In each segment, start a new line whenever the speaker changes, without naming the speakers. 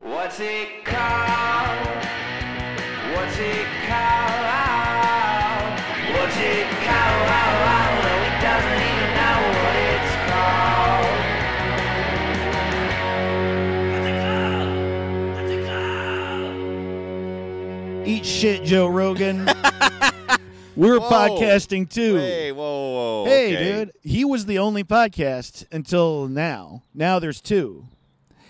What's it called? What's it called? What's it called? No, he doesn't even know what it's called. What's it called? What's it called?
Eat shit, Joe Rogan. We're
Whoa.
podcasting too.
Hey, whoa, whoa, whoa.
Hey,
okay.
dude. He was the only podcast until now. Now there's two.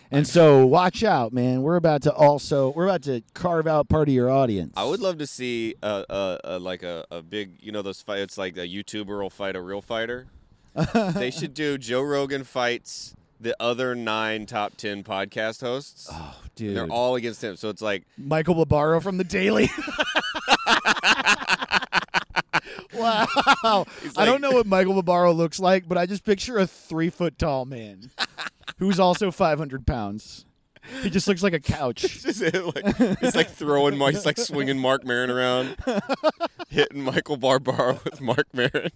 And so watch out, man. We're about to also we're about to carve out part of your audience.
I would love to see a, a, a like a, a big, you know, those fight. It's like a YouTuber will fight a real fighter. they should do Joe Rogan fights the other nine top ten podcast hosts.
oh,
and
dude.
They're all against him, so it's like,
Michael Labaro from the Daily. wow. I
like-
don't know what Michael Labaro looks like, but I just picture a three foot tall man who's also 500 pounds. He just looks like a couch.
it's like, it's like throwing, Mar- he's like swinging Mark Maron around, hitting Michael Barbaro with Mark Maron.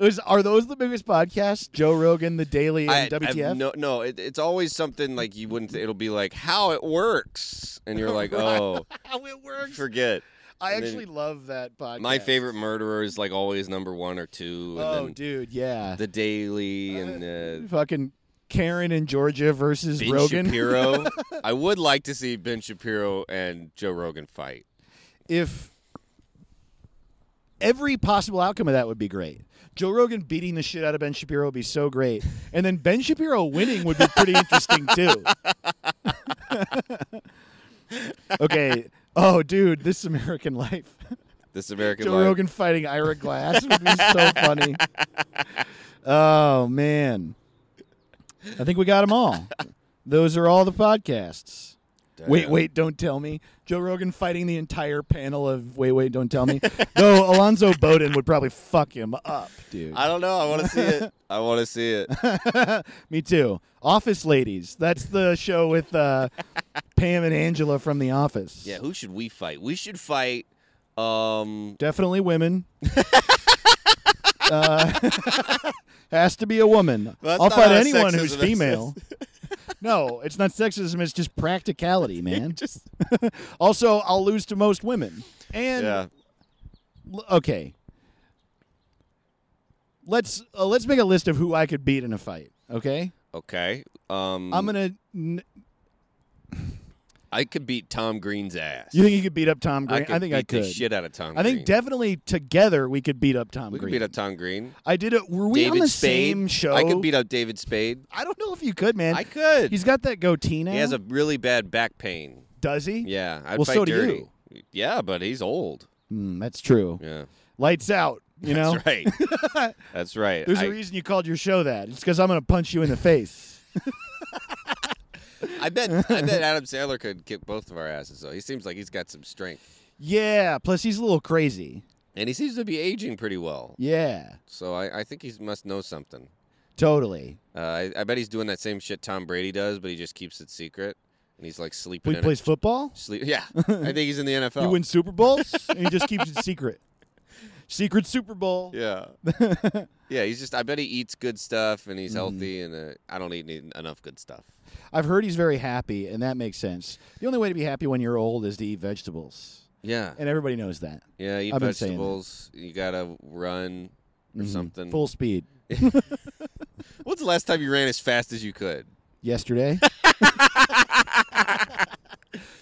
Is- are those the biggest podcasts? Joe Rogan, The Daily,
I,
and WTF?
I've no, no, it, it's always something like you wouldn't. It'll be like how it works, and you're like, oh,
How it works.
forget.
I
and then-
actually love that podcast.
My favorite murderer is like always number one or two, and
Oh,
then
dude, yeah.
the Daily and uh,
Fucking Karen in Georgia versus
Ben
Rogan.
Shapiro. I would like to see Ben Shapiro and Joe Rogan fight.
if every possible outcome of that would be great. Joe Rogan beating the shit out of Ben Shapiro would be so great. And then Ben Shapiro winning would be pretty interesting too. okay. Oh, dude, this is American life.
This American
Joe
Life.
Rogan fighting Ira Glass would be so funny. Oh, man. I think we got them all. Those are all the podcasts. Wait,
Damn.
wait, don't tell me. Joe Rogan fighting the entire panel of Wait, wait, don't tell me. Though Alonzo Bowden would probably fuck him up, dude.
I don't know. I want to see it. I want to see it.
me too. Office Ladies. That's the show with uh, Pam and Angela from The Office.
Yeah, who should we fight? We should fight. Um,
Definitely women. uh, has to be a woman.
Well, that's
I'll
not
fight
how
anyone
sexism
who's
is.
female. no, it's not sexism. It's just practicality, man.
just
also, I'll lose to most women. And
yeah.
l- okay, let's uh, let's make a list of who I could beat in a fight. Okay,
Okay. Um,
I'm gonna. N-
I could beat Tom Green's ass.
you think you could beat up Tom
I
Green?
could
think
beat
I could.
the shit out of Tom.
I think
Green.
definitely together we could beat up Tom
we could
Green.
beat up Tom Green.
I did it. Were we
David
on the
Spade.
same show?
I could beat up David Spade.
I don't know if you could, man.
I could.
He's got that goatee now.
he has a really bad back pain.
does he?
Yeah, I'd
Well,
fight
so do
dirty. Yeah, but he's old.
Mm, that's true.
Yeah,
Lights out. You know,
that's right. that's right.
there's
I,
a reason you called your show that. It's because I'm gonna punch you in the face.
I bet. I bet Adam Sandler could kick both of our asses. Though he seems like he's got some strength,
yeah. Plus, he's a little crazy.
and he seems to be aging pretty well.
Yeah.
So I, I think he must know something.
Totally.
Uh, I, I bet he's doing that same shit Tom Brady does, but he just keeps it secret, and he's like sleeping.
He
in
plays football.
A, sleep. Yeah, I think he's in the NFL.
He wins Super Bowls and he just keeps it secret. Secret Super Bowl.
Yeah. yeah, he's just. I bet he eats good stuff, and he's
Mm-hmm.
healthy, and uh, I don't eat any- enough good stuff.
I've heard he's very happy, and that makes sense. The only way to be happy when you're old is to eat vegetables,
Yeah.
and everybody knows that.
Yeah, eat
I've been saying that.
vegetables. You gotta run or
Mhm.
something.
Full speed.
When's the last time you ran as fast as you could?
Yesterday.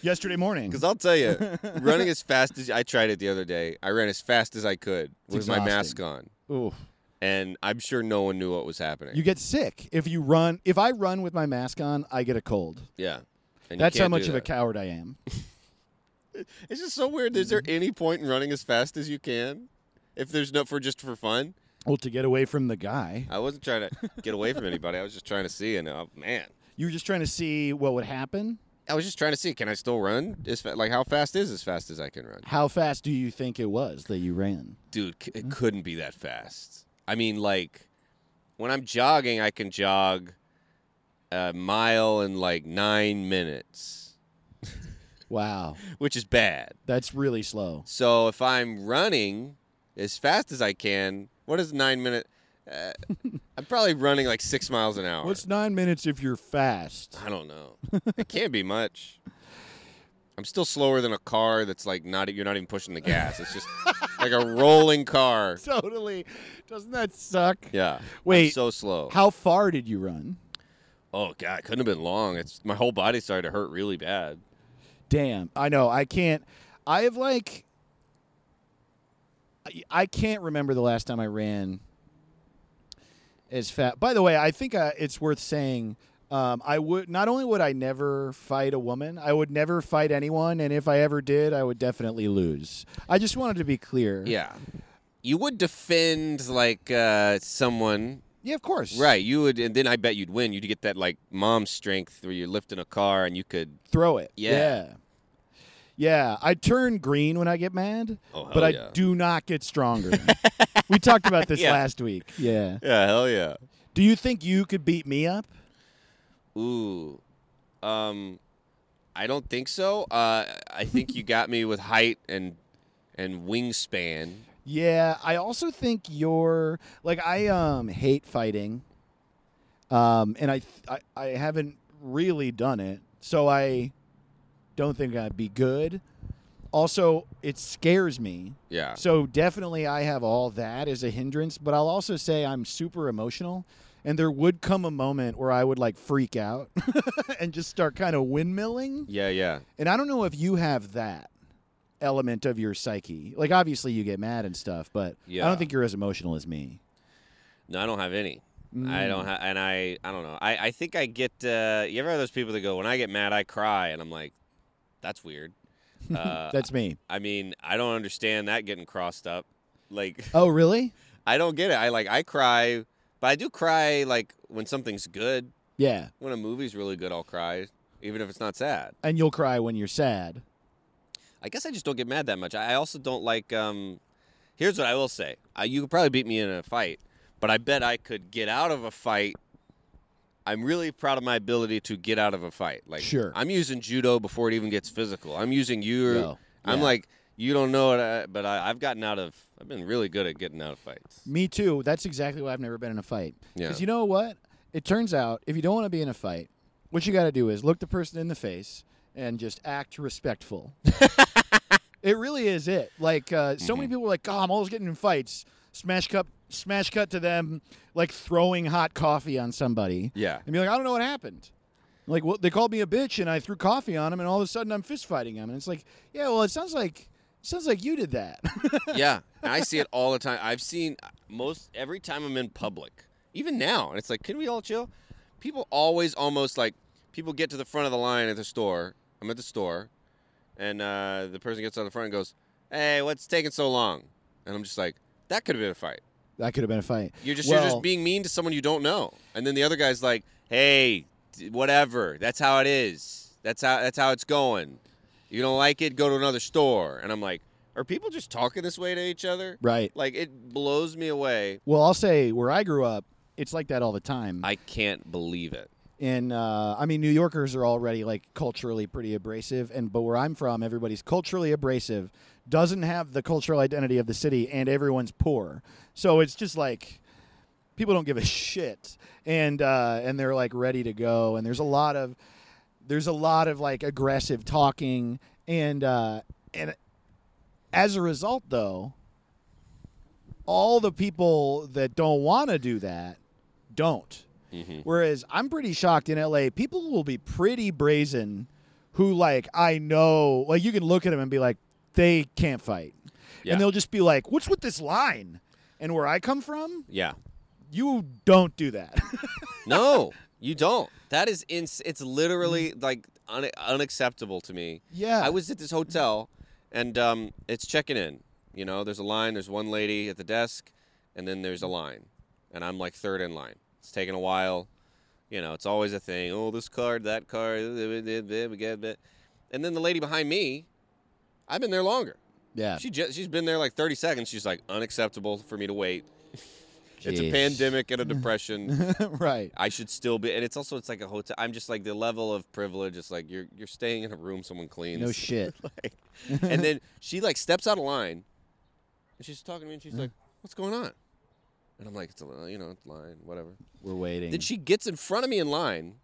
Yesterday morning.
Because I'll tell you, running as fast as I tried it the other day. I ran as fast as I could
It's
with my mask
exhausting.
on,
Ooh.
and I'm sure no one knew what was happening.
You get sick if you run. If I run with my mask on, I get a cold.
yeah, and you
That's how
can't
much
do
of a
that.
coward I am.
It's just so weird. Is there any point in running as fast as you can? If there's no for just for fun,
Well, to get away from the guy,
I wasn't trying to get away from anybody. I was just trying to see, and uh, man,
you were just trying to see what would happen.
I was just trying to see. Can I still run? As fa- like how fast is as fast as I can run?
How fast do you think it was that you ran?
dude, c-
Mm-hmm.
it couldn't be that fast. I mean, like when I'm jogging, I can jog a mile in like nine minutes,
Wow,
which is bad.
that's really slow.
So if I'm running as fast as I can, what is nine minute? Uh, I'm probably running like six miles an hour.
What's nine minutes if you're fast?
I don't know. it can't be much. I'm still slower than a car that's like not e, you're not even pushing the gas. It's just like a rolling car.
Totally. Doesn't that suck?
Yeah. I'm
Wait,
so slow.
How far did you run?
oh god, couldn't have been long. It's my whole body started to hurt really bad.
Damn. I know. I can't. I have like. I- I can't remember the last time I ran as fat. By the way, I think uh, it's worth saying. Um, I would not only would I never fight a woman, I would never fight anyone, and if I ever did, I would definitely lose. I just wanted to be clear.
Yeah. You would defend like uh, someone,
yeah, of course.
right? You would, and then I bet you'd win. You'd get that like mom strength where you're lifting a car and you could.
throw it.
Yeah.
yeah. Yeah, I turn green when I get mad,
Oh, hell
but I
yeah.
do not get stronger. we talked about this
Yeah.
last week. Yeah.
Yeah, hell yeah.
Do you think you could beat me up?
Ooh. Um I don't think so. Uh I think you got me with height and and wingspan.
Yeah, I also think you're like I um hate fighting. Um and I th- I, I haven't really done it. So I don't think I'd be good. Also, it scares me.
Yeah.
So definitely I have all that as a hindrance, but I'll also say I'm super emotional and there would come a moment where I would like freak out and just start kind of windmilling.
Yeah, yeah.
And I don't know if you have that element of your psyche. Like obviously you get mad and stuff, but I
Yeah.
don't think you're as emotional as me. Mm,
No, I don't have any. I don't have and I I don't know. I I think I get uh you ever have those people that go when I get mad I cry and I'm like that's weird. Uh
That's me.
I mean, I don't understand that getting crossed up. Like
Oh, really?
I don't get it. I like I cry, but I do cry like when something's good.
Yeah.
When a movie's really good, I'll cry even if it's not sad.
And you'll cry when you're sad.
I guess I just don't get mad that much. I I also don't like. Um, here's what I will say: uh, you could probably beat me in a fight, but I bet I could get out of a fight. I'm really proud of my ability to get out of a fight. Like,
Sure.
I'm using judo before it even gets physical. I'm using you.
Yo,
I'm
yeah.
like, you don't know it, uh, but I, I've gotten out of. I've been really good at getting out of fights.
Me too. That's exactly why I've never been in a fight.
Yeah.
Because you know what? It turns out if you don't want to be in a fight, what you got to do is look the person in the face and just act respectful. it really is it. Like uh, so
Mm-hmm.
many people are like, "Oh, I'm always getting in fights." Smash cup, smash cut to them like throwing hot coffee on somebody.
Yeah.
and be like, "I don't know what happened." Like, well, they called me a bitch, and I threw coffee on him, and all of a sudden I'm fist fighting him, and it's like, yeah, well, it sounds like sounds like you did that.
yeah, and I see it all the time. I've seen most every time I'm in public, even now, and it's like, can we all chill? People always almost like people get to the front of the line at the store. I'm at the store, and uh, the person gets on the front and goes, "Hey, what's taking so long?" And I'm just like, "That could have been a fight.
that could have been a fight.
You're just you're
Well-
just being mean to someone you don't know." And then the other guy's like, "Hey, d- whatever. That's how it is. That's how that's how it's going. You don't like it? Go to another store." And I'm like, "Are people just talking this way to each other?"
Right.
Like it blows me away.
Well, I'll say where I grew up, it's like that all the time.
I can't believe it.
and uh, I mean, New Yorkers are already like culturally pretty abrasive, and but where I'm from, everybody's culturally abrasive, doesn't have the cultural identity of the city, and everyone's poor. So it's just like people don't give a shit, and uh, and they're like ready to go, and there's a lot of there's a lot of like aggressive talking, and uh, and as a result, though, all the people that don't want to do that don't. Whereas I'm pretty shocked in LA, people will be pretty brazen who like I know like you can look at them and be like they can't fight.
Yeah.
And they'll just be like, "What's with this line?" And where I come from,
Yeah.
you don't do that.
No, you don't. That is ins- it's literally like un- unacceptable to me.
Mm-hmm. yeah.
I was at this hotel and um, it's checking in. You know, there's a line, there's one lady at the desk, and then there's a
Mm-hmm.
line. And I'm like third in line. It's taking a while. You know, it's always a thing. Oh, this card, that card. And then the lady behind me, I've been there longer.
yeah.
She just, she's been there like 30 seconds. She's like unacceptable for me to wait. It's a
Jeez.
pandemic and a depression.
right.
I should still be, and it's also it's like a hotel. I'm just like the level of privilege. It's like you're you're staying in a room someone cleans.
No shit.
like,
Uh-huh.
and then she like steps out of line, and she's talking to me, and she's like, "What's going on?" And I'm like, it's a li- you know, it's line, whatever.
We're waiting.
Then she gets in front of me in line,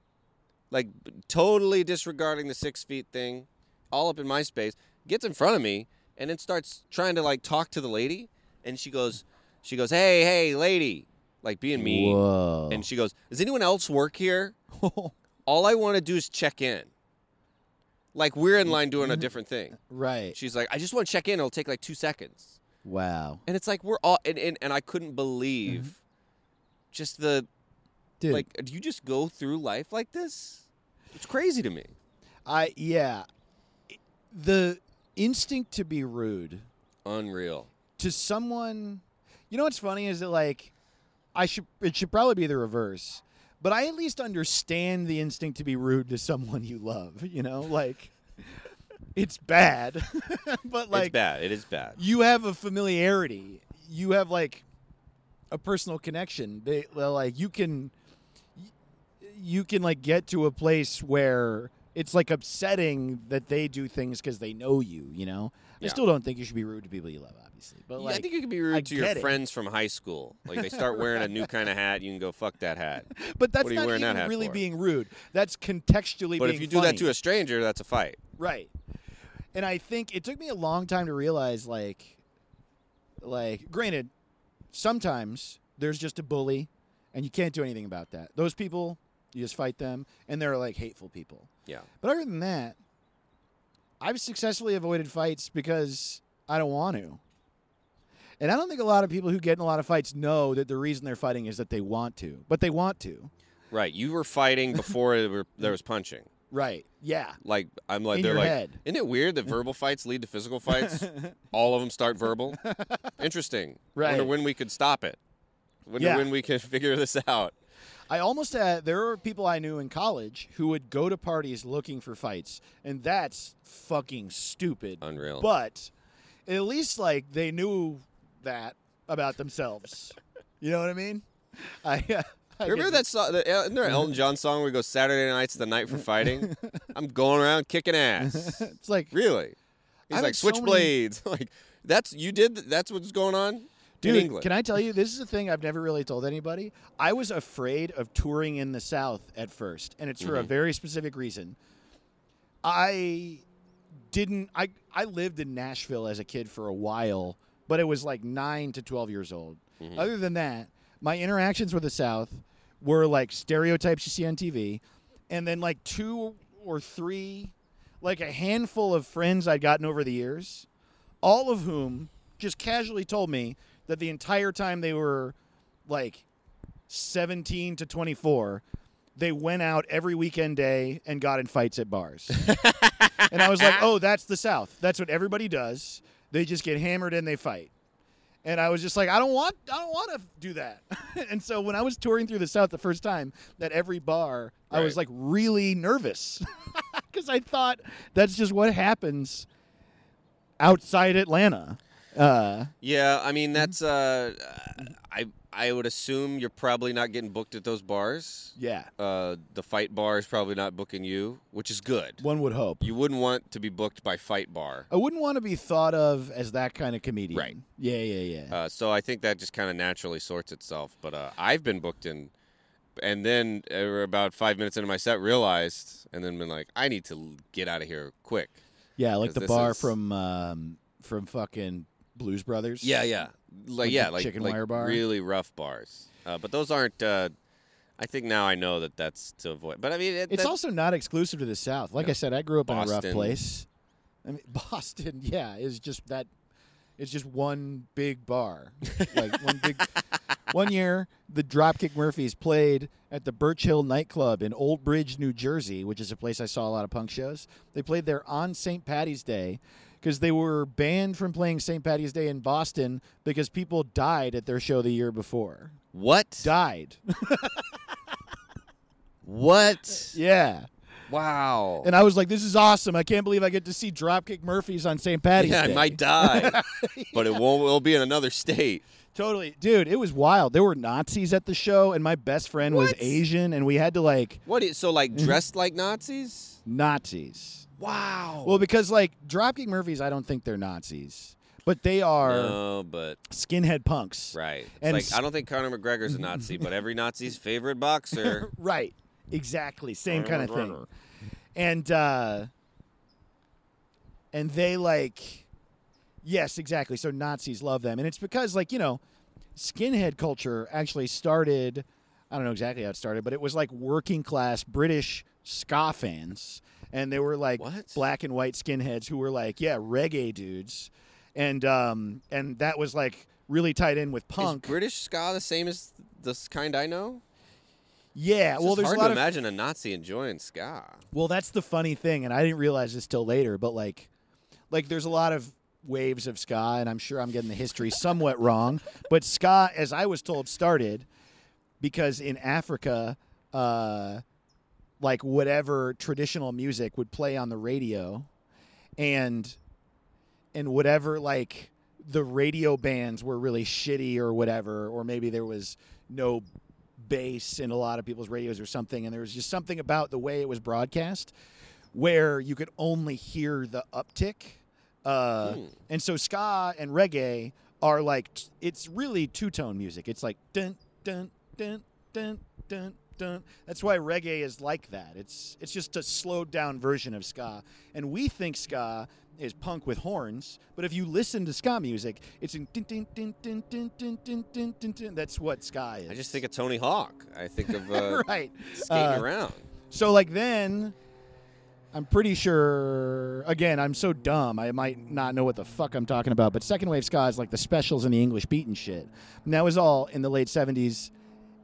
like b- totally disregarding the six feet thing, all up in my space. Gets in front of me and then starts trying to like talk to the lady. And she goes, she goes, hey, hey, lady, like being mean.
Whoa.
And she goes, does anyone else work here? All I want to do is check in. Like we're in line doing a different thing.
right.
She's like, I just want to check in. It'll take like two seconds.
Wow.
And it's like we're all and and, and I couldn't believe just the
Dude.
like do you just go through life like this? It's crazy to me.
I yeah. The instinct to be rude
Unreal.
to someone you know what's funny is that like I should it should probably be the reverse. But I at least understand the instinct to be rude to someone you love, you know? Like it's bad. but like
it's bad. It is bad.
you have a familiarity. You have like a personal connection. They well, like you can you can like get to a place where it's like upsetting that they do things because they know you. You know, I
Yeah.
still don't think you should be rude to people you love, obviously. But
Yeah,
like,
I think you can be rude
I
to your
get it.
friends from high school. Like they start wearing a new kind of hat, you can go fuck that hat.
but that's
what are you
not
wearing
even
that hat
really
for?
being rude. That's contextually.
But
being
if you do that
funny.
to a stranger, that's a fight.
Right. And I think it took me a long time to realize like like granted, sometimes there's just a bully and you can't do anything about that. Those people, you just fight them and they're like hateful people.
Yeah.
But other than that, I've successfully avoided fights because I don't want to. And I don't think a lot of people who get in a lot of fights know that the reason they're fighting is that they want to. But they want to.
Right. You were fighting before there were- there was punching.
Right. Yeah.
Like I'm like
In
they're
your
like
head.
Isn't it weird that verbal fights lead to physical fights? All of them start verbal. Interesting.
Right.
Wonder when we could stop it. Wonder
Yeah.
when we can figure this out.
I almost had, there were people I knew in college who would go to parties looking for fights, and that's fucking stupid.
Unreal.
But at least like they knew that about themselves. you know what I mean? I, I get- Mm-hmm.
Remember that song? The, isn't there an Elton John song where we go Saturday night's the night for fighting? I'm going around kicking ass.
It's like,
really? He's
I've
like
had so many-
switchblades. like that's you did. th- That's what's going on
dude,
in England.
can I tell you? This is a thing I've never really told anybody. I was afraid of touring in the South at first, and it's for
Mm-hmm.
a very specific reason. I didn't I I lived in Nashville as a kid for a while, but it was like 9 to 12 years old.
Mm-hmm.
Other than that, my interactions with the South were like stereotypes you see on TV and then like two or three like a handful of friends I'd gotten over the years, all of whom just casually told me that the entire time they were like 17 to 24 they went out every weekend day and got in fights at bars and i was like oh that's the south that's what everybody does they just get hammered and they fight and i was just like i don't want i don't want to do that and so when i was touring through the south the first time at every bar i was like
Right.
really nervous because i thought that's just what happens outside atlanta uh,
yeah, I mean that's. Uh,
Mm-hmm.
I I would assume you're probably not getting booked at those bars.
yeah
Uh, the fight bar is probably not booking you, which is good.
one would hope
You wouldn't want to be booked by Fight Bar.
I wouldn't want to be thought of as that kind of comedian.
Right.
Yeah, yeah, yeah.
Uh, so I think that just kind of naturally sorts itself. But uh, I've been booked in, and then uh, about five minutes into my set, realized, and then been like, I need to l- get out of here quick.
yeah, like
'cause
the
this
bar
is-
from um, from fucking Blues Brothers.
Yeah, yeah, like
Like
yeah,
the
like,
chicken
like
wire bar?
really rough bars. Uh, but those aren't. Uh, I think now I know that that's to avoid. But I mean, it,
It's
that-
also not exclusive to the South. Like I said, I grew up in a rough
Boston.
place. I mean, Boston, yeah, is just that. It's just one big bar, like one big. One year, the Dropkick Murphys played at the Birch Hill nightclub in Old Bridge, New Jersey, which is a place I saw a lot of punk shows. They played there on St. Patty's Day because they were banned from playing St. Patty's Day in Boston because people died at their show the year before.
what?
Died.
What?
Yeah.
Wow.
And I was like, this is awesome. I can't believe I get to see Dropkick Murphys on St. Patty's
yeah,
Day.
I might die, but it won't. It'll be in another state.
Totally. Dude, it was wild. There were Nazis at the show, and my best friend was
What?
Asian, and we had to, like,
What? Is, so like dressed like Nazis?
Nazis.
Wow.
Well, because, like, Dropkick Murphys, I don't think they're Nazis. but they are
No, but
skinhead punks.
right. It's
And
like
s-
I don't think Conor McGregor's a Nazi, but every Nazi's favorite boxer.
Right. Exactly. Same kind of thing. And uh and they like yes, exactly. So Nazis love them. And it's because like, you know, skinhead culture actually started I don't know exactly how it started, but it was like working class British ska fans and they were like
What?
black and white skinheads who were like, yeah, reggae dudes. And um and that was like really tied in with punk.
Is British ska the same as the s- kind I know?
yeah,
It's
well
just
there's
hard
a lot
to
of
imagine a Nazi enjoying ska.
Well, that's the funny thing, and I didn't realize this till later, but like, like there's a lot of waves of ska, and I'm sure I'm getting the history somewhat wrong. But ska, as I was told, started because in Africa, uh, like whatever traditional music would play on the radio, and and whatever like the radio bands were really shitty or whatever, or maybe there was no bass in a lot of people's radios or something, and there was just something about the way it was broadcast where you could only hear the uptick. Uh,
Hmm.
And so ska and reggae are like t- it's really two tone music. It's like dun dun dun dun dun dun. That's why reggae is like that. It's it's just a slowed down version of ska. And we think ska is punk with horns, but if you listen to ska music, it's in dun dun dun dun dun dun dun dun dun. dun. That's what ska is.
I just think of Tony Hawk. I think of uh,
right.
skating
Uh,
around.
So like then I'm pretty sure again, I'm so dumb. I might not know what the fuck I'm talking about, but second wave ska is like the specials and the English beat and shit. And that was all in the late 70s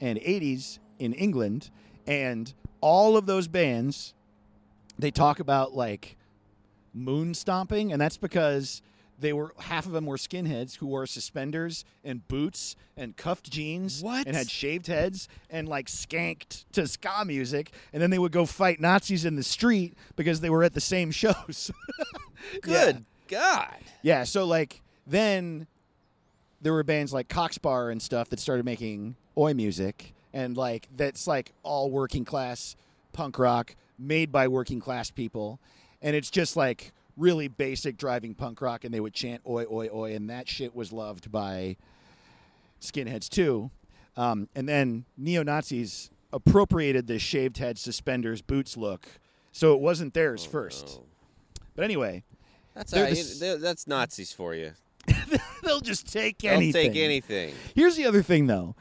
and 80s in England and all of those bands they talk about like moon stomping and that's because they were half of them were skinheads who wore suspenders and boots and cuffed jeans
What?
and had shaved heads and like skanked to ska music and then they would go fight Nazis in the street because they were at the same shows.
Good God.
Yeah, so like then there were bands like Cox Bar and stuff that started making oi music and like that's like all working class punk rock made by working class people and it's just like really basic driving punk rock and they would chant oi oi oi and that shit was loved by skinheads too. Um, and then neo Nazis appropriated the shaved head, suspenders, boots look, so it wasn't theirs first.
Oh.
But anyway,
That's
They're
how
the
you-
s-
they're- that's Nazis for you.
they'll just take
They'll
anything.
take anything.
Here's the other thing, though.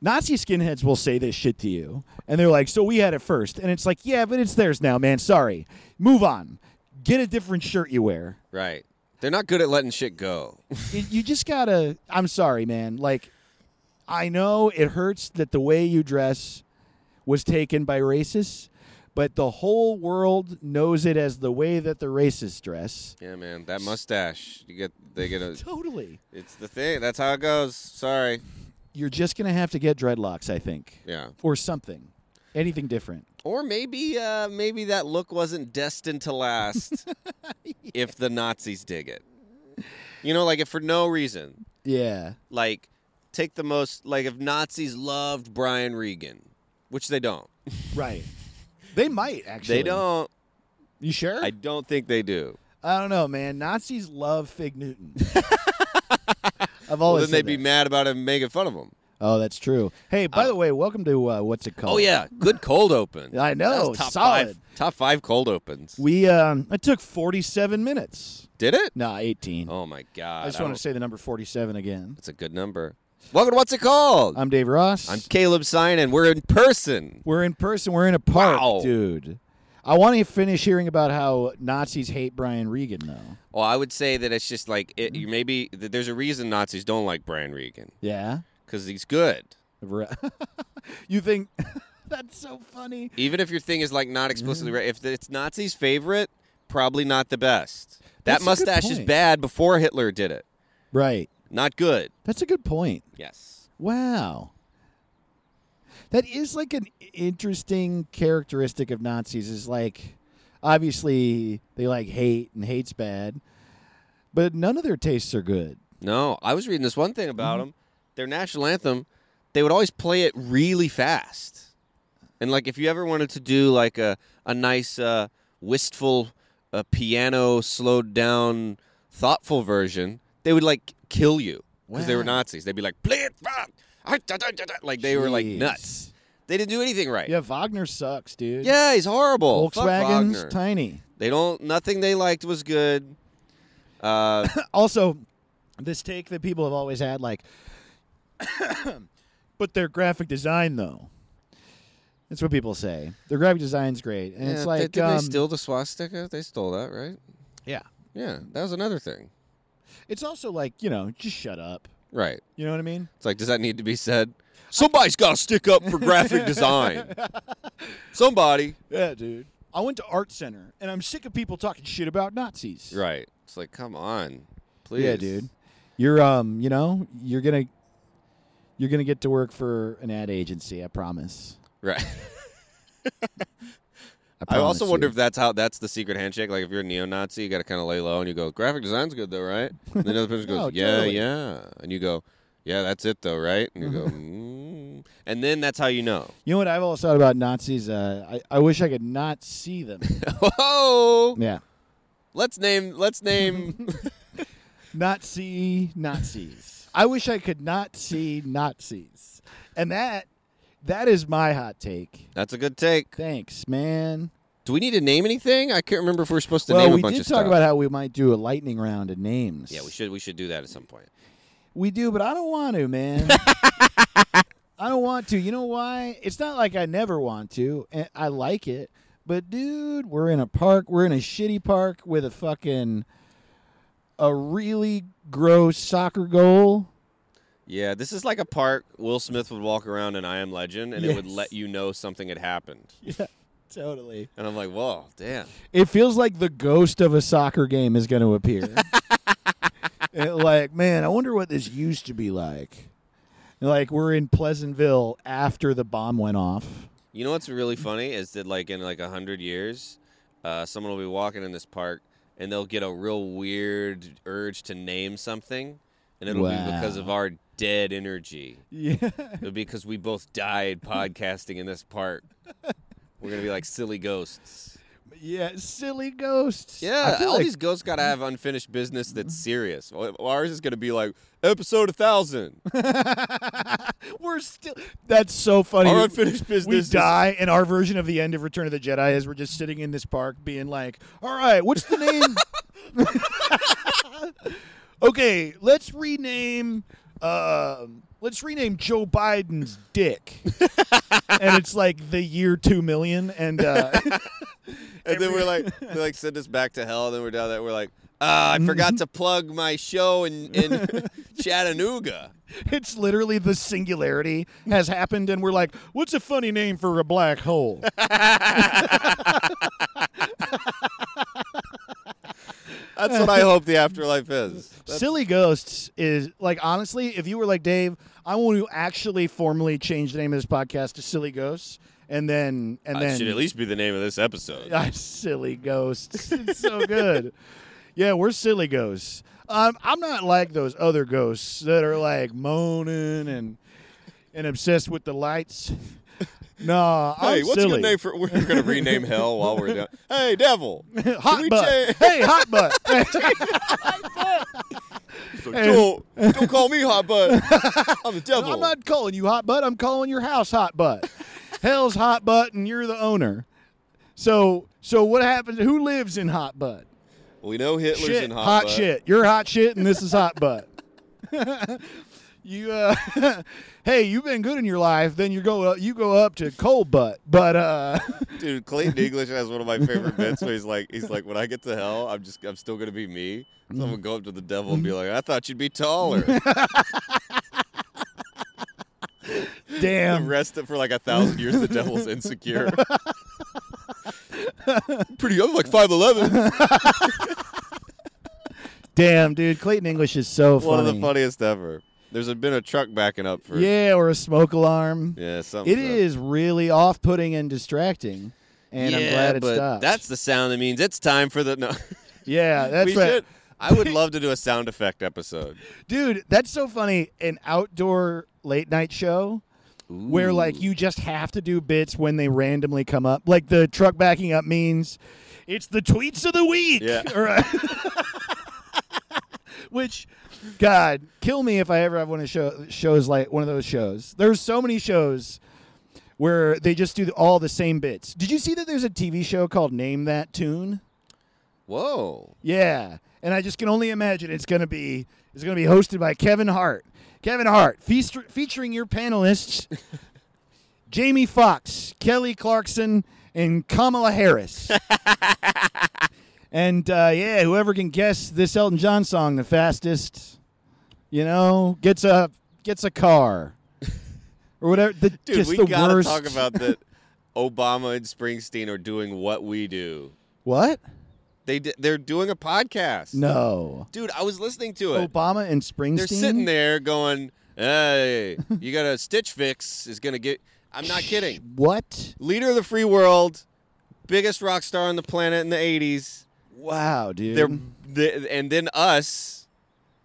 Nazi skinheads will say this shit to you, and they're like, "So we had it first. and it's like, "Yeah, but it's theirs now, man. Sorry, move on. Get a different shirt you wear.
Right. They're not good at letting shit go.
Y- you just gotta. I'm sorry, man. Like, I know it hurts that the way you dress was taken by racists, but the whole world knows it as the way that the racists dress.
yeah, man. That mustache. You get they get a
Totally.
It's the thing. That's how it goes. Sorry.
You're just gonna have to get dreadlocks, I think,
Yeah.
or something, anything different.
Or maybe uh maybe that look wasn't destined to last if the Nazis dig it. You know, like if for no reason.
Yeah.
Like take the most like if Nazis loved Brian Regan, which they don't.
Right. They might actually.
They don't.
You sure?
I
I,
don't think they do.
don't know, man. Nazis love Fig Newton. I've
Well,
always.
then they'd
said
be
that.
mad about him making fun of him.
Oh, that's true. Hey, by
Uh,
the way, welcome to uh, what's it called?
Oh yeah, good cold open.
I
That
know.
was top
solid.
five. Top five cold opens.
We. Um, it took forty-seven minutes.
Did it?
Nah, eighteen.
Oh my god!
I just
I
wanted
don't-
to say the number forty-seven again.
That's a good number. Welcome to What's It Called?
I'm Dave Ross.
I'm Caleb Sinan. We're in person.
We're in person. We're in a park,
Wow.
dude. I want to finish hearing about how Nazis hate Brian Regan, though.
Well, I would say that it's just like it,
Mm-hmm.
you maybe th- there's a reason Nazis don't like Brian Regan
Yeah.
because he's good.
Re- you think that's so funny?
Even if your thing is like not explicitly right, if it's Nazis' favorite, probably not the best.
That's
that
a good
mustache is
point.
bad before Hitler did it.
Right.
Not good.
That's a good point.
Yes.
Wow. That is like an interesting characteristic of Nazis is like obviously they like hate and hate's bad, but none of their tastes are good.
No, I was reading this one thing about
Mm-hmm.
them. Their national anthem, they would always play it really fast. And like if you ever wanted to do like a a nice uh, wistful uh, piano slowed down thoughtful version, they would like kill you because they were
Wow.
Nazis. They'd be like, play it, fuck!" Ah, da, da, da, da," like they were like
Jeez.
nuts. They didn't do anything right.
Yeah, Wagner sucks, dude.
Yeah, he's horrible. Fuck
Volkswagen's
Wagner.
tiny.
They don't. Nothing they liked was good. Uh,
Also, this take that people have always had, like, but their graphic design though. That's what people say. Their graphic design's great, and it's
yeah,
like,
did, did
um,
they steal the swastika? They stole that, right?
yeah.
Yeah, that was another thing.
It's also like you know, just shut up.
Right.
You know what I mean?
It's like, does that need to be said? Somebody's got to stick up for graphic design. Somebody.
Yeah, dude. I went to art center, and I'm sick of people talking shit about Nazis.
Right. It's like, come on, please.
Yeah, dude. You're um, you know, you're gonna you're gonna get to work for an ad agency. I promise.
Right.
I,
I
promise
also wonder
you.
if that's how that's the secret handshake. Like, if you're a neo-Nazi, you got to kind of lay low, and you go, "Graphic design's good, though, right?" And then the other person goes,
No,
"Yeah,
Oh, totally.
yeah," and you go, "Yeah, that's it, though, right?" And you go, mm. and then that's how you know.
you know what I've always thought about Nazis. Uh, I I wish I could not see them.
oh,
yeah,
let's name, let's name.
not see Nazis. I wish I could not see Nazis, and that that is my hot take.
that's a good take.
Thanks, man.
Do we need to name anything? I can't remember if we're supposed to
well,
name
we
a bunch
did
of
talk
stuff.
about how we might do a lightning round of names.
yeah, we should, we should do that at some point.
We do, but I don't want to, man. I don't want to. You know why? It's not like I never want to. and I like it. But dude, we're in a park. We're in a shitty park with a fucking a really gross soccer goal.
Yeah, this is like a park. Will Smith would walk around in I Am Legend, and it would
Yes.
let you know something had happened.
Yeah, totally.
And I'm like, whoa, damn.
It feels like the ghost of a soccer game is going to appear. And, like, man, I wonder what this used to be like. And, Like we're in Pleasantville after the bomb went off.
You know what's really funny is that like in like a hundred years, uh, someone will be walking in this park and they'll get a real weird urge to name something, and it'll be because of
Wow.
our dead energy.
Yeah.
It'll be because we both died podcasting in this park. We're gonna be like silly ghosts.
Yeah, silly ghosts.
Yeah,
I feel
all
like- Mm-hmm.
these ghosts gotta have unfinished business that's serious. Well, Ours is gonna be like episode a thousand.
we're still. That's so funny.
Our unfinished business.
we
is-
die, and our version of the end of Return of the Jedi is we're just sitting in this park, being like, "All right, what's the name?" okay, let's rename. Um, let's rename Joe Biden's dick, and it's like the year two million, and uh,
And then we're like, they like send us back to hell. And then we're down there. We're like, ah,
Mm-hmm.
I forgot to plug my show in, in Chattanooga.
it's literally the singularity has happened, and we're like, "What's a funny name for a black hole?"
That's what I hope the afterlife is. That's-
Silly Ghosts is like honestly, if you were like Dave, I want to actually formally change the name of this podcast to Silly Ghosts, and then and
That
then
should at least be the name of this episode.
Ah, Silly Ghosts. It's so good. yeah, we're Silly Ghosts. Um, I'm not like those other ghosts that are like moaning and and obsessed with the lights. Nah,
Hey,
I'm
what's
silly.
your name for? We're gonna rename hell while we're down. Hey, devil. Can
hot
we
butt.
change-
Hey, hot butt.
It's like, don't, don't call me hot butt. I'm the devil.
I'm not calling you hot butt. I'm calling your house hot butt. Hell's hot butt, and you're the owner. So, so what happens? Who lives in hot butt?
we know Hitler's
shit,
in hot, butt.
shit. You're hot shit, and this is hot butt. you, uh, hey, you've been good in your life. Then you go, you go up to cold butt, but uh,
Dude, Clayton English has one of my favorite bits where he's like, he's like, when I get to hell, I'm just, I'm still gonna be me. So I'm gonna go up to the devil and be like, I thought you'd be taller. The
damn.
rest of, for like a thousand years, the devil's insecure. Pretty, I'm like five eleven.
Damn, dude, Clayton English is so funny.
One of the funniest ever. There's a, been a truck backing up for,
yeah, or a smoke alarm.
yeah, something.
It is really off-putting and distracting, and I'm glad it
but
stopped.
That's the sound that means it's time for the. No,
yeah, that's
we
right.
should. I would love to do a sound effect episode.
Dude, that's so funny. An outdoor late night show where like you just have to do bits when they randomly come up. Like the truck backing up means it's the tweets of the week.
Yeah.
Or, uh, Which, God, kill me if I ever have one of show, shows like one of those shows. There's so many shows where they just do all the same bits. Did you see that there's a TV show called Name That Tune?
Whoa.
Yeah, and I just can only imagine it's gonna be it's gonna be hosted by Kevin Hart. Kevin Hart feaster, featuring your panelists, Jamie Foxx, Kelly Clarkson, and Kamala Harris. and uh, yeah, whoever can guess this Elton John song the fastest, you know, gets a gets a car or whatever. The,
Dude,
just
we
the
gotta
worst.
talk about that. Obama and Springsteen are doing what we do.
what?
They d- they're doing a podcast.
No.
Dude, I was listening to it.
Obama and Springsteen.
They're sitting there going, "Hey, you got a Stitch Fix is gonna get." I'm not kidding.
What?
Leader of the free world, biggest rock star on the planet in the '80s.
Wow, dude.
They're th- and then us,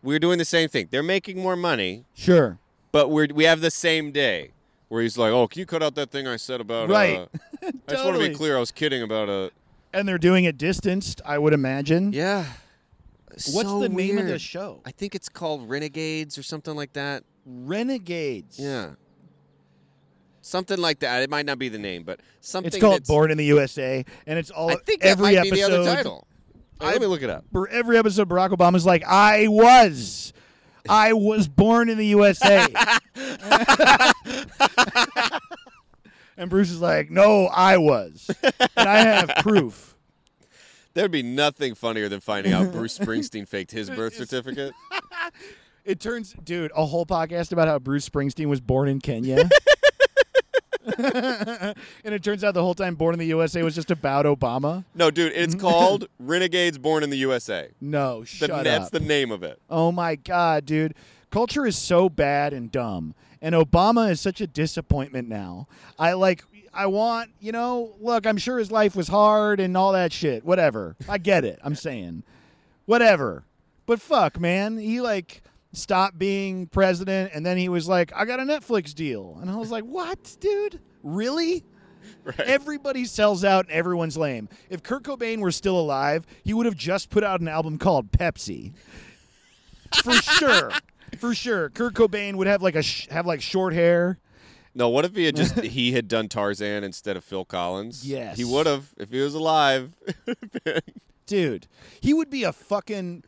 we're doing the same thing. They're making more money,
sure.
but we're we have the same day where he's like, "Oh, can you cut out that thing I said about?"
Right.
Uh, I just want to
Totally.
be clear. I was kidding about uh, a.
And they're doing it distanced, I would imagine.
Yeah.
What's the name of the show?
I think it's called Renegades or something like that.
Renegades.
Yeah. Something like that. It might not be the name, but something.
It's called
that's-
Born in the USA, and it's all
I think that
every
might
episode.
be the other title. Hey, let me look it up.
For every episode, Barack Obama's like, "I was, I was born in the USA," and Bruce is like, "No, I was, and I have proof."
There'd be nothing funnier than finding out Bruce Springsteen faked his birth certificate.
It turns, dude, a whole podcast about how Bruce Springsteen was born in Kenya. and it turns out the whole time Born in the USA was just about Obama.
No, dude, it's called Renegades Born in the USA.
No,
The,
shut up.
that's the name of it.
oh my god, dude. Culture is so bad and dumb. And Obama is such a disappointment now. I like I want, you know, look, I'm sure his life was hard and all that shit. Whatever. I get it. I'm saying. Whatever. But fuck, man. He like stopped being president and then he was like, I got a Netflix deal. And I was like, "What, dude? Really?" Everybody sells out and everyone's lame. If Kurt Cobain were still alive, he would have just put out an album called Pepsi. For sure. For sure. Kurt Cobain would have like a sh- have like short hair.
No, what if he had just he had done Tarzan instead of Phil Collins?
Yes.
he would have if he was alive.
Dude, he would be a fucking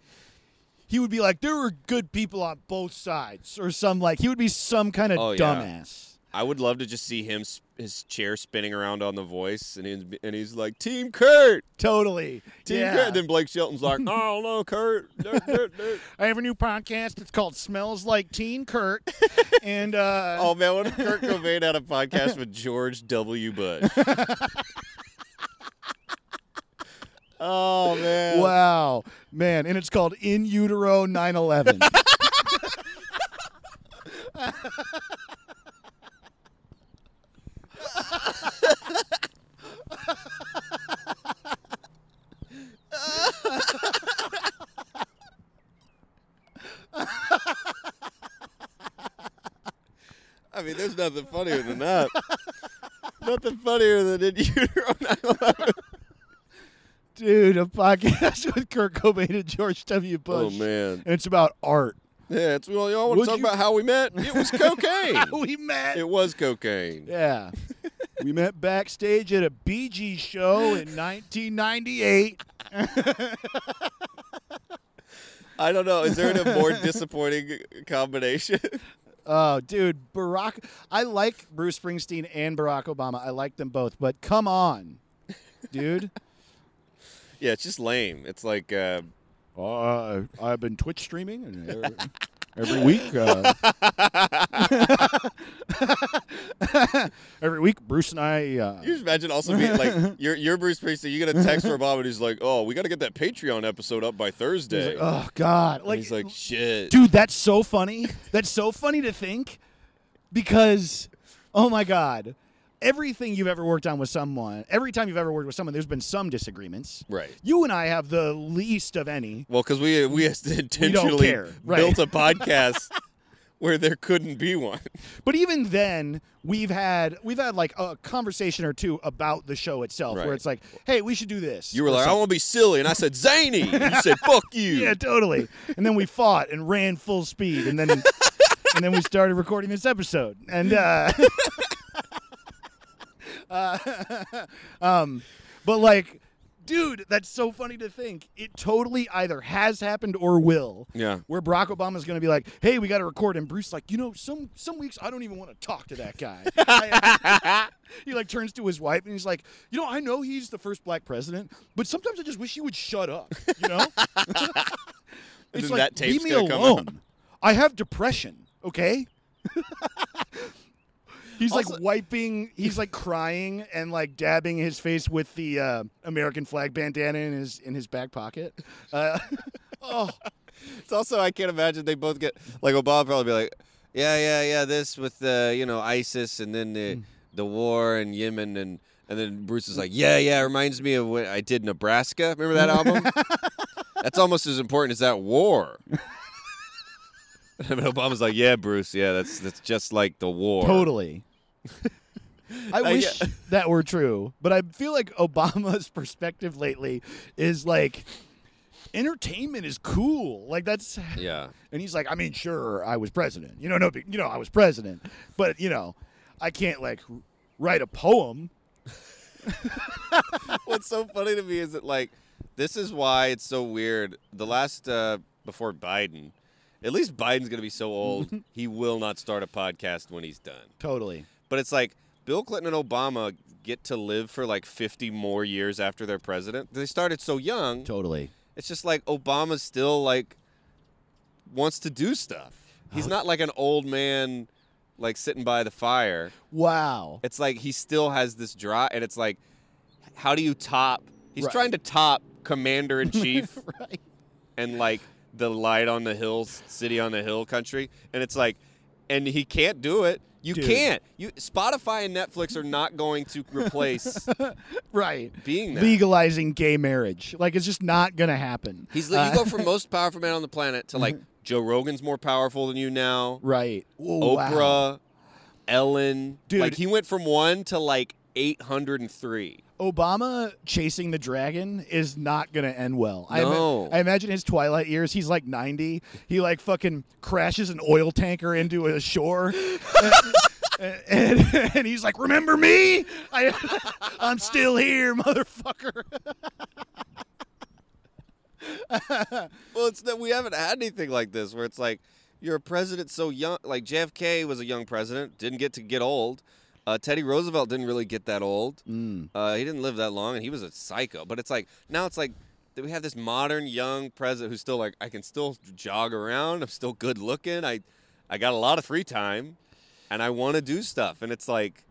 he would be like there were good people on both sides or some like he would be some kind of
Oh, yeah.
dumbass.
I would love to just see him s- his chair spinning around on The Voice, and he's, and he's like Team Kurt,
Totally.
Team
yeah.
Kurt. And then Blake Shelton's like, No, no, Kurt. dirt, dirt, dirt."
I have a new podcast. It's called Smells Like Teen Kurt. and uh
oh man, what if Kurt Cobain had a podcast with George W. Bush? oh man,
Wow, man, and it's called In Utero 911.
I mean, there's nothing funnier than that. nothing funnier than in utero. 9/11.
Dude, a podcast with Kurt Cobain and George W. Bush.
oh man,
And it's about art.
yeah. It's well, y'all want
Would
to talk
you-
about how we met? It was cocaine.
we met.
it was cocaine.
yeah. we met backstage at a Bee Gees show in 1998.
I don't know. Is there a more disappointing combination?
Oh, dude, Barack. I like Bruce Springsteen and Barack Obama. I like them both, but come on, dude.
yeah, it's just lame. It's like uh,
Uh, I've been Twitch streaming and every, every week. Uh, every week, Bruce and I. Uh,
you just imagine also being like you're you're Bruce Springsteen. You get a text from Bob and he's like, "Oh, we got to get that Patreon episode up by Thursday." And
oh God!
he's
Like,
like, "Shit."
dude, that's so funny. That's so funny to think, because, oh my God, everything you've ever worked on with someone, every time you've ever worked with someone, there's been some disagreements.
Right.
You and I have the least of any.
Well, because we we intentionally
care, right.
built a podcast where there couldn't be one.
But even then, we've had we've had like a conversation or two about the show itself, where
Right.
it's like, "Hey, we should do this."
You were
or
like, I
something.
want to be silly, and I said zany. And you said fuck you.
"Yeah, totally." and then we fought and ran full speed, and then and then we started recording this episode. And uh, uh, um, but like, dude, that's so funny to think. It totally either has happened or will.
Yeah.
where Barack Obama's going to be like, "Hey, we got to record," and Bruce's like, "You know, some some weeks I don't even want to talk to that guy." I- he like turns to his wife and he's like, "You know, I know he's the first black president, but sometimes I just wish he would shut up." You know, it's
then
like
that
leave
tape's
me
gonna come
alone. I have depression. Okay. He's like
Also-
wiping. He's like crying and like dabbing his face with the uh, American flag bandana in his in his back pocket. Uh, oh,
It's also I can't imagine they both get like Obama probably be like, yeah, yeah, yeah, this with uh, you know ISIS and then the the war in Yemen and and then Bruce is like, yeah, yeah, it reminds me of when I did Nebraska. Remember that album? That's almost as important as that war. And Obama's like, yeah, Bruce, yeah, that's that's just like the war.
Totally. I
Like,
wish
uh,
that were true, but I feel like Obama's perspective lately is like entertainment is cool. Like that's
Yeah.
and he's like, I mean, sure, I was president. You know, no, big- you know, I was president, but you know, I can't like write a poem.
What's so funny to me is that like this is why it's so weird. The last uh, before Biden, at least Biden's gonna be so old he will not start a podcast when he's done.
Totally.
But it's like Bill Clinton and Obama get to live for like 50 more years after they're president. They started so young.
Totally.
It's just like Obama still like wants to do stuff. He's not like an old man like sitting by the fire.
Wow.
It's like he still has this draw and it's like how do you top? He's
Right.
trying to top commander in chief
right.
and like the light on the hills, city on the hill country, and it's like, and he can't do it. You
Dude.
can't. You Spotify and Netflix are not going to replace
Right.
being that.
Legalizing gay marriage. Like it's just not going to happen. Uh,
He's li- you go from most powerful man on the planet to like Joe Rogan's more powerful than you now.
Right. Whoa, wow.
Oprah, Ellen,
Dude.
Like he went from one to like eight hundred and three.
Obama chasing the dragon is not going to end well. I, ima-
No.
I imagine his twilight years. He's like 90. He like fucking crashes an oil tanker into a shore. and, and- and he's like, "Remember me? I, I'm still here, motherfucker."
Well, it's that we haven't had anything like this where it's like you're a president so young. Like JFK was a young president, didn't get to get old. Uh, Teddy Roosevelt didn't really get that old. Uh, he didn't live that long, and he was a psycho. But it's like now it's like that we have this modern young president who's still like I can still jog around. I'm still good looking. I I got a lot of free time, and I want to do stuff. And it's like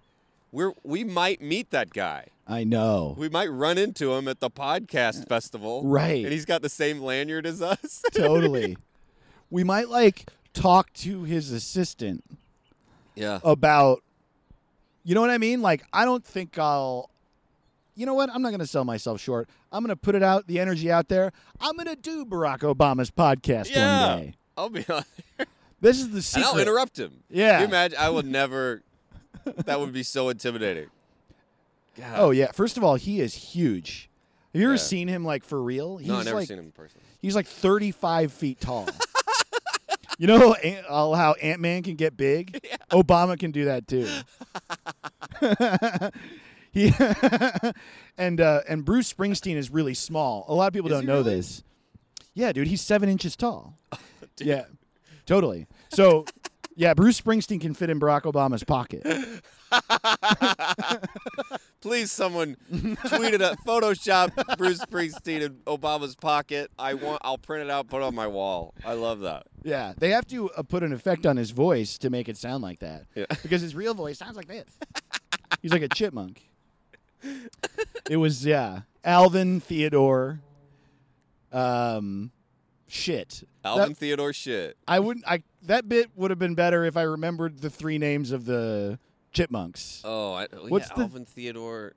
we're we might meet that guy.
I know.
We might run into him at the podcast festival,
Right.
And he's got the same lanyard as us.
Totally. We might like talk to his assistant
yeah.
about you know what I mean? Like I don't think I'll you know what? I'm not going to sell myself short. I'm going to put it out, the energy out there. I'm going to do Barack Obama's podcast one day.
I'll be on there.
This is the
And
secret.
I'll interrupt him.
Yeah.
Can You imagine I would never that would be so intimidating. God.
oh yeah. First of all, he is huge. Have you ever
Yeah.
seen him like for real? He's
no, I've never
like
seen him in person.
he's like 35 feet tall. you know Ant- all how Ant Man can get big. Obama can do that too. he and uh, and Bruce Springsteen is really small. A lot of people
Is
don't
he
know
really? Oh,
this. Yeah, dude, he's seven inches tall.
Dude.
Yeah, totally. So. Yeah, Bruce Springsteen can fit in Barack Obama's pocket.
Please someone tweeted a Photoshop Bruce Springsteen in Obama's pocket. I want I'll print it out, put it on my wall. I love that.
Yeah, they have to uh, put an effect on his voice to make it sound like that.
Yeah.
Because his real voice sounds like this. He's like a chipmunk. it was yeah, Alvin Theodore. Um, shit.
Alvin
That,
Theodore shit.
I wouldn't. I that bit would have been better if I remembered the three names of the chipmunks.
Oh, I, oh,
What's
yeah,
the-
Alvin Theodore.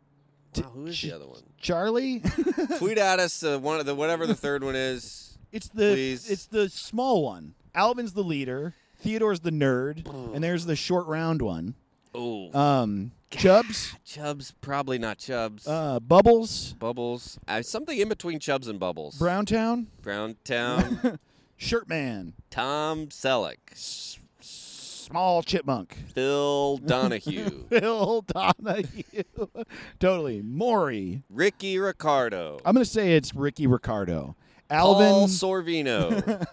T-
Wow, who is
ch-
the other one?
Charlie.
Tweet at us uh, one of the whatever the third one is.
it's the
Please.
it's the small one. Alvin's the leader. Theodore's the nerd, and there's the short round one.
Oh,
Um, Chubbs,
Chubs, probably not Chubs.
uh, Bubbles,
Bubbles, uh, something in between Chubs and Bubbles.
Browntown,
Brown Town,
Shirtman,
Tom Selleck,
S- Small Chipmunk,
Phil Donahue,
Phil Donahue, totally Maury.
Ricky Ricardo,
I'm gonna say it's Ricky Ricardo,
Paul
Alvin.
Sorvino.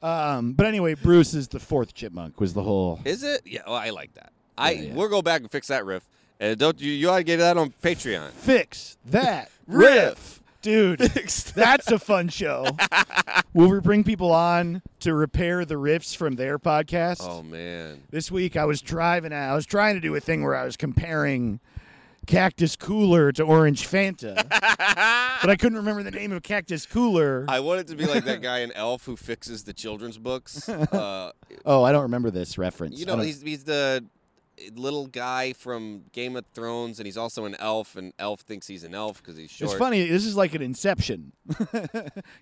um, but anyway, Bruce is the fourth Chipmunk. Was the whole
Is it? Yeah, oh, I like that. I
Yeah, yeah.
we'll go back and fix that riff. Uh, don't you? You ought to get that on Patreon.
fix that
Riff.
dude?
Fix
That's a fun show. Will we bring people on to repair the riffs from their podcast?
Oh man.
This week I was driving out. I was trying to do a thing where I was comparing Cactus Cooler to Orange Fanta, but I couldn't remember the name of Cactus Cooler.
I want it to be like that guy in Elf who fixes the children's books. Uh,
oh, I don't remember this reference.
you
I
know,
don't-
he's he's the little guy from Game of Thrones, and he's also an elf, and Elf thinks he's an elf because he's short.
it's funny. This is like an Inception. You're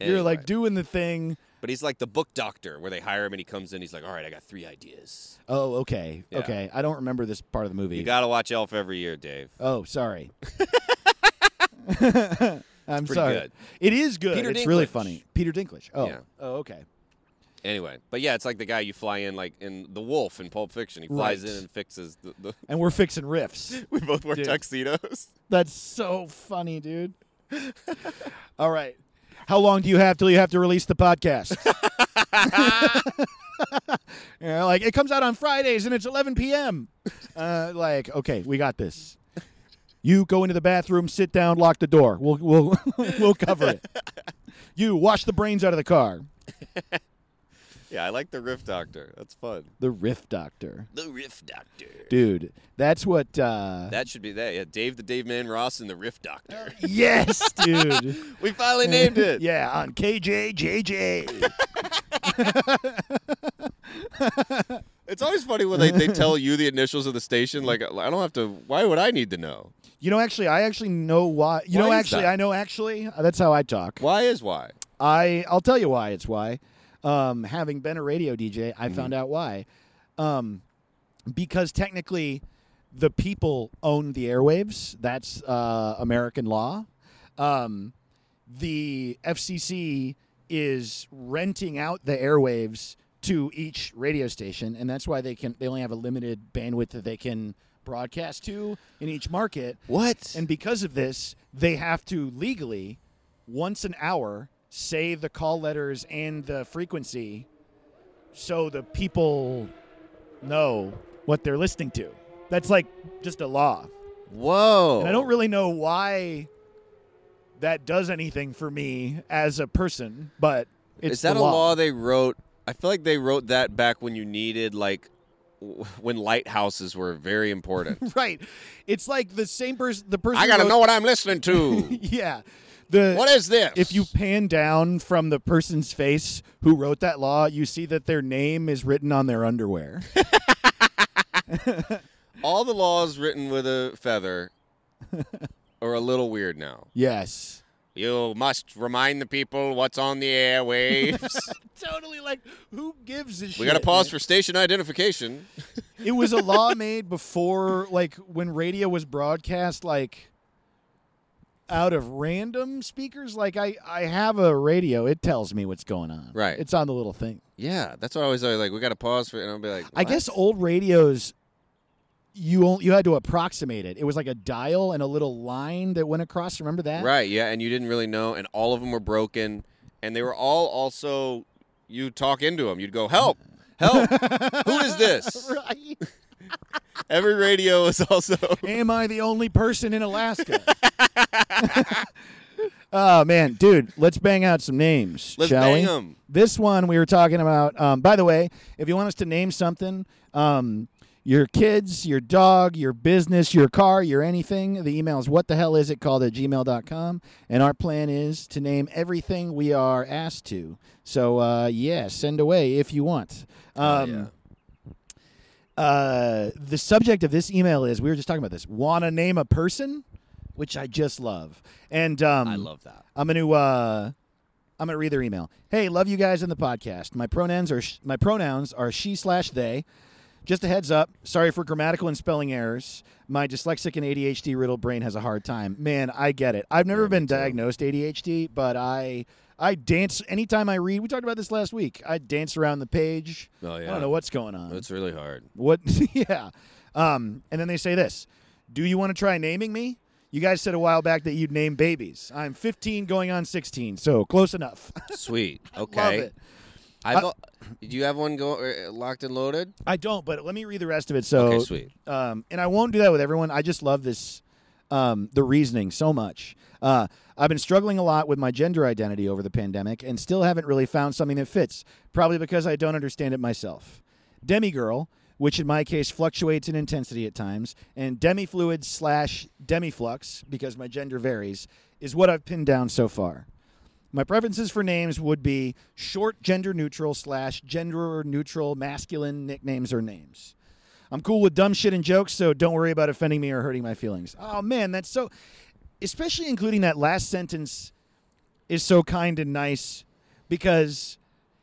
Anyway.
like doing the thing.
But he's like the book doctor, where they hire him, and he comes in. He's like, "All right, I got three ideas.
Oh, okay,
Yeah.
okay. I don't remember this part of the movie.
You got to watch Elf every year, Dave."
oh, sorry. I'm
pretty
sorry.
good.
It is good.
Peter
it's really
Dinklage.
funny. Peter Dinklage. Oh,
Yeah.
oh, okay.
Anyway, but yeah, it's like the guy you fly in, like in The Wolf in Pulp Fiction. He flies
Right.
in and fixes the. the
And we're fixing riffs.
we both wear
Dude.
tuxedos.
That's so funny, dude. All right. How long do you have till you have to release the podcast? you know, like it comes out on Fridays and it's 11 p.m. Uh, like, okay, we got this. You go into the bathroom, sit down, lock the door. We'll we'll we'll cover it. You wash the brains out of the car.
Yeah, I like the Riff Doctor. That's fun.
The riff doctor,
The Riff Doctor.
dude. That's what. Uh,
That should be that. Yeah, Dave the Dave Man Ross and the Riff Doctor.
yes, dude.
we finally named it.
Yeah, on KJJJ.
It's always funny when they, they tell you the initials of the station. Like, I don't have to. Why would I need to know?
You know, actually, I actually know why. You
Why
know,
is
actually,
that?
I know. Actually, Uh, that's how I talk.
Why is why?
I I'll tell you why. It's why. Um, having been a radio DJ, I
Mm-hmm.
found out why. Um, because technically, the people own the airwaves. That's uh, American law. Um, the FCC is renting out the airwaves to each radio station, and that's why they can. They only have a limited bandwidth that they can broadcast to in each market.
What?
And because of this, they have to legally, once an hour, say the call letters and the frequency so the people know what they're listening to. That's like just a law.
whoa.
And I don't really know why that does anything for me as a person, but it's
is that
the
a law they wrote? I feel like they wrote that back when you needed like w- when lighthouses were very important.
Right. It's like the same person the person
I
who
gotta
wrote-
know what I'm listening to.
Yeah. The
what is this?
if you pan down from the person's face who wrote that law, you see that their name is written on their underwear.
all the laws written with a feather are a little weird now.
yes.
You must remind the people what's on the airwaves.
Totally like who gives a shit?
we gotta pause for station identification.
It was a law made before like when radio was broadcast like out of random speakers like I I have a radio, it tells me what's going on.
Right.
It's on the little thing.
Yeah, that's what I always like. We got to pause for, and I'll be like,
I guess old radios, you on- you had to approximate it. It was like a dial and a little line that went across. Remember that?
right, yeah, and you didn't really know, and all of them were broken, and they were all also you talk into them. You'd go, help, help, who is this?
Right.
Every radio is also
Am I the only person in Alaska? oh man, dude, let's bang out some names,
Let's
shall
bang
we?
'em.
This one we were talking about. Um, by the way, if you want us to name something, um, your kids, your dog, your business, your car, your anything, the email is what the hell is it called at gmail.com. And our plan is to name everything we are asked to. So, uh, yeah, send away if you want. Um, uh, the subject of this email is we were just talking about this. Want to name a person, which I just love, and um,
I love that.
I'm going to uh, I'm gonna read their email. Hey, love you guys in the podcast. My pronouns are sh- my pronouns are she slash they. Just a heads up. Sorry for grammatical and spelling errors. My dyslexic and ADHD riddled brain has a hard time. Man, I get it. I've never been diagnosed ADHD, but I I dance anytime I read. We talked about this last week. I dance around the page.
Oh,
I
yeah.
don't know what's going on.
That's really hard.
What? yeah. Um, and then they say this: Do you want to try naming me? You guys said a while back that you'd name babies. I'm 15, going on 16, so close enough.
Sweet. Okay.
Love it.
I've al- do you have one go er, locked and loaded?
I don't, but let me read the rest of it. So,
Okay, sweet.
Um, and I won't do that with everyone. I just love this, um, the reasoning so much. Uh, I've been struggling a lot with my gender identity over the pandemic, and still haven't really found something that fits. Probably because I don't understand it myself. Demi girl, which in my case fluctuates in intensity at times, and demi fluid slash demiflux because my gender varies, is what I've pinned down so far. My preferences for names would be short, gender neutral, slash gender neutral, masculine nicknames or names. I'm cool with dumb shit and jokes, so don't worry about offending me or hurting my feelings. Oh man, that's so. Especially including that last sentence is so kind and nice because,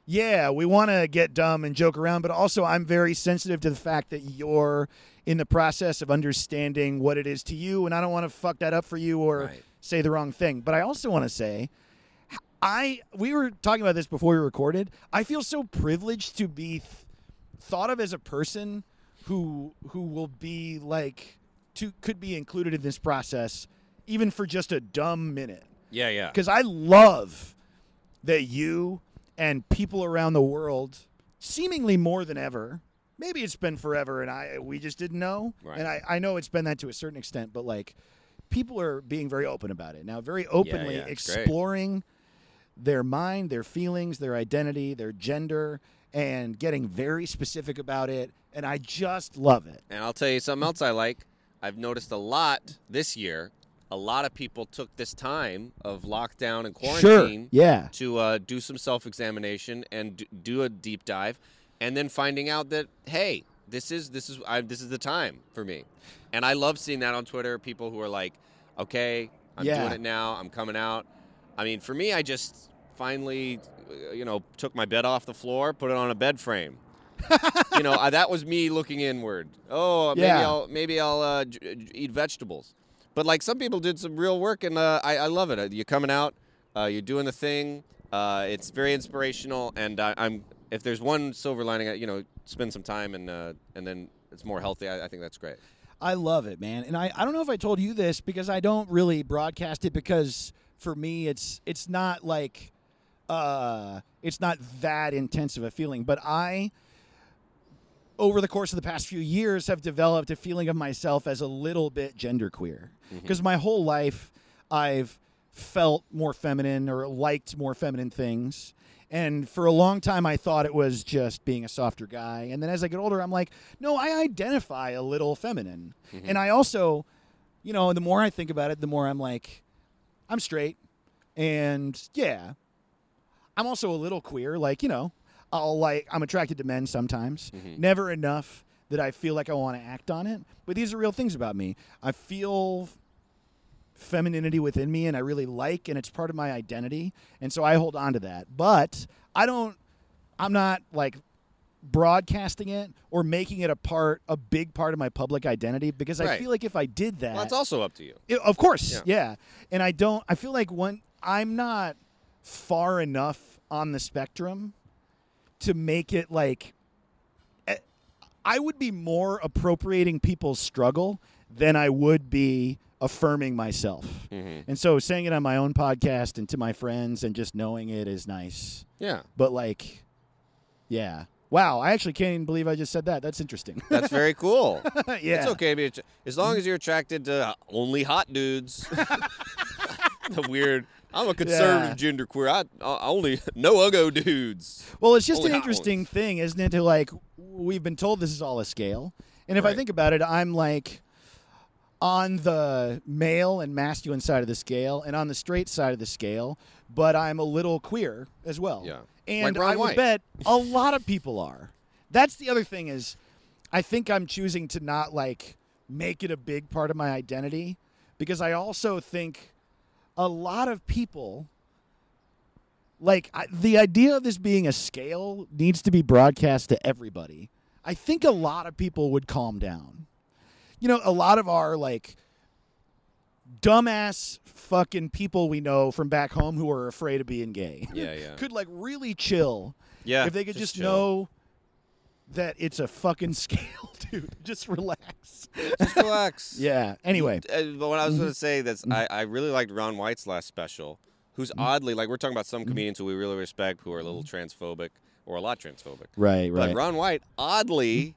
yeah, we want to get dumb and joke around, but also I'm very sensitive to the fact that you're in the process of understanding what it is to you, and I don't want to fuck that up for you or
Right.
say the wrong thing. But I also want to say, I we were talking about this before we recorded. I feel so privileged to be th- thought of as a person who who will be like to could be included in this process even for just a dumb minute
Yeah, yeah.
because I love that you and people around the world, seemingly more than ever, maybe it's been forever and I we just didn't know.
Right.
And I, I know it's been that to a certain extent, but like people are being very open about it now, very openly
yeah, it's great.
exploring their mind, their feelings, their identity, their gender, and getting very specific about it. And I just love it.
And I'll tell you something else I like. I've noticed a lot this year. A lot of people took this time of lockdown and quarantine
Sure. Yeah.
to uh, do some self-examination and d- do a deep dive, and then finding out that hey, this is this is I, this is the time for me. And I love seeing that on Twitter. People who are like, okay, I'm
Yeah.
doing it now. I'm coming out. I mean, for me, I just finally, uh, you know, took my bed off the floor, put it on a bed frame you know, I, that was me looking inward. Oh, maybe
Yeah.
I'll maybe I'll uh, j- j- eat vegetables. But like some people did some real work, and uh, I, I love it. Uh, You're coming out, uh, you're doing the thing. Uh, it's very inspirational, and I, I'm if there's one silver lining, uh, you know, spend some time and uh, and then it's more healthy. I, I think that's great.
I love it, man. And I, I don't know if I told you this because I don't really broadcast it because for me it's it's not like uh it's not that intense of a feeling, but I over the course of the past few years have developed a feeling of myself as a little bit genderqueer because my whole life I've felt more feminine or liked more feminine things and for a long time I thought it was just being a softer guy and then as I get older I'm like no I identify a little feminine and I also you know the more I think about it the more I'm like I'm straight and yeah I'm also a little queer. Like, you know, I'll like I'm attracted to men sometimes. Never enough that I feel like I want to act on it. But these are real things about me. I feel femininity within me and I really like and it's part of my identity. And so I hold on to that. But I don't I'm not like broadcasting it or making it a part a big part of my public identity because I
Right.
feel like if I did that
Well, that's also up to you.
it- of course,
Yeah.
yeah. And I don't. I feel like one. I'm not far enough on the spectrum to make it like. eh, I would be more appropriating people's struggle than I would be affirming myself.
Mm-hmm.
And so saying it on my own podcast and to my friends and just knowing it is nice.
Yeah,
But like, yeah. Wow, I actually can't even believe I just said that. That's interesting.
that's very cool.
yeah.
It's okay to be attra- as long as you're attracted to only hot dudes. the weird. I'm a conservative gender queer. I, I only no uggo dudes.
Well, it's just
Only
an
hot
interesting
ones.
thing, isn't it? To like, we've been told this is all a scale, and if I
Right.
think about it, I'm like on the male and masculine side of the scale, and on the straight side of the scale, but I'm a little queer as well.
Yeah.
and
Like Ron
I would
White.
bet a lot of people are. That's the other thing is, I think I'm choosing to not like make it a big part of my identity because I also think a lot of people like I, the idea of this being a scale needs to be broadcast to everybody. I think a lot of people would calm down. You know, a lot of our like dumbass fucking people we know from back home who are afraid of being gay
Yeah, yeah.
could like really chill
Yeah,
if they could just,
chill.
know that it's a fucking scale, dude. Just relax.
Just relax.
Yeah. Anyway, Mm-hmm.
Uh, but what I was going to say that's I, I really liked Ron White's last special, who's
Mm-hmm.
oddly like we're talking about some comedians who we really respect who are a little
Mm-hmm.
transphobic or a lot transphobic.
right,
But Ron White oddly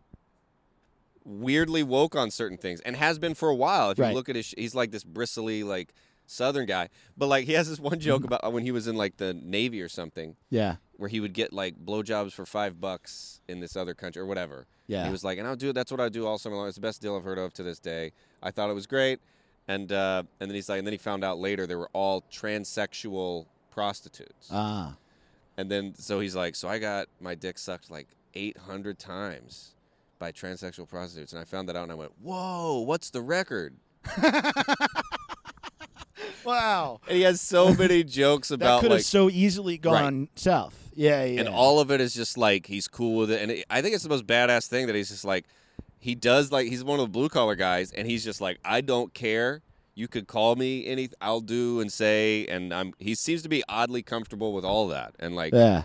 weirdly woke on certain things and has been for a while. If you
Right.
look at his sh- he's like this bristly like southern guy. But like he has this one
Mm-hmm.
joke about uh, when he was in like the navy or something
yeah.
where he would get like blowjobs for 5 bucks in this other country or whatever.
Yeah.
He was like, and I'll do that's what I do all summer long. It's the best deal I've heard of to this day. I thought it was great, and uh, and then he's like, and then he found out later they were all transsexual prostitutes,
Ah.
and then so he's like, so I got my dick sucked like 800 times by transsexual prostitutes, and I found that out, and I went, whoa, what's the record?
Wow.
And he has so many jokes
That
about
could have
like.
so easily gone south. Yeah, yeah.
and all of it is just like he's cool with it and it, i think it's the most badass thing that he's just like he does like he's one of the blue collar guys and he's just like i don't care you could call me any i'll do and say and i'm he seems to be oddly comfortable with all that and like
yeah.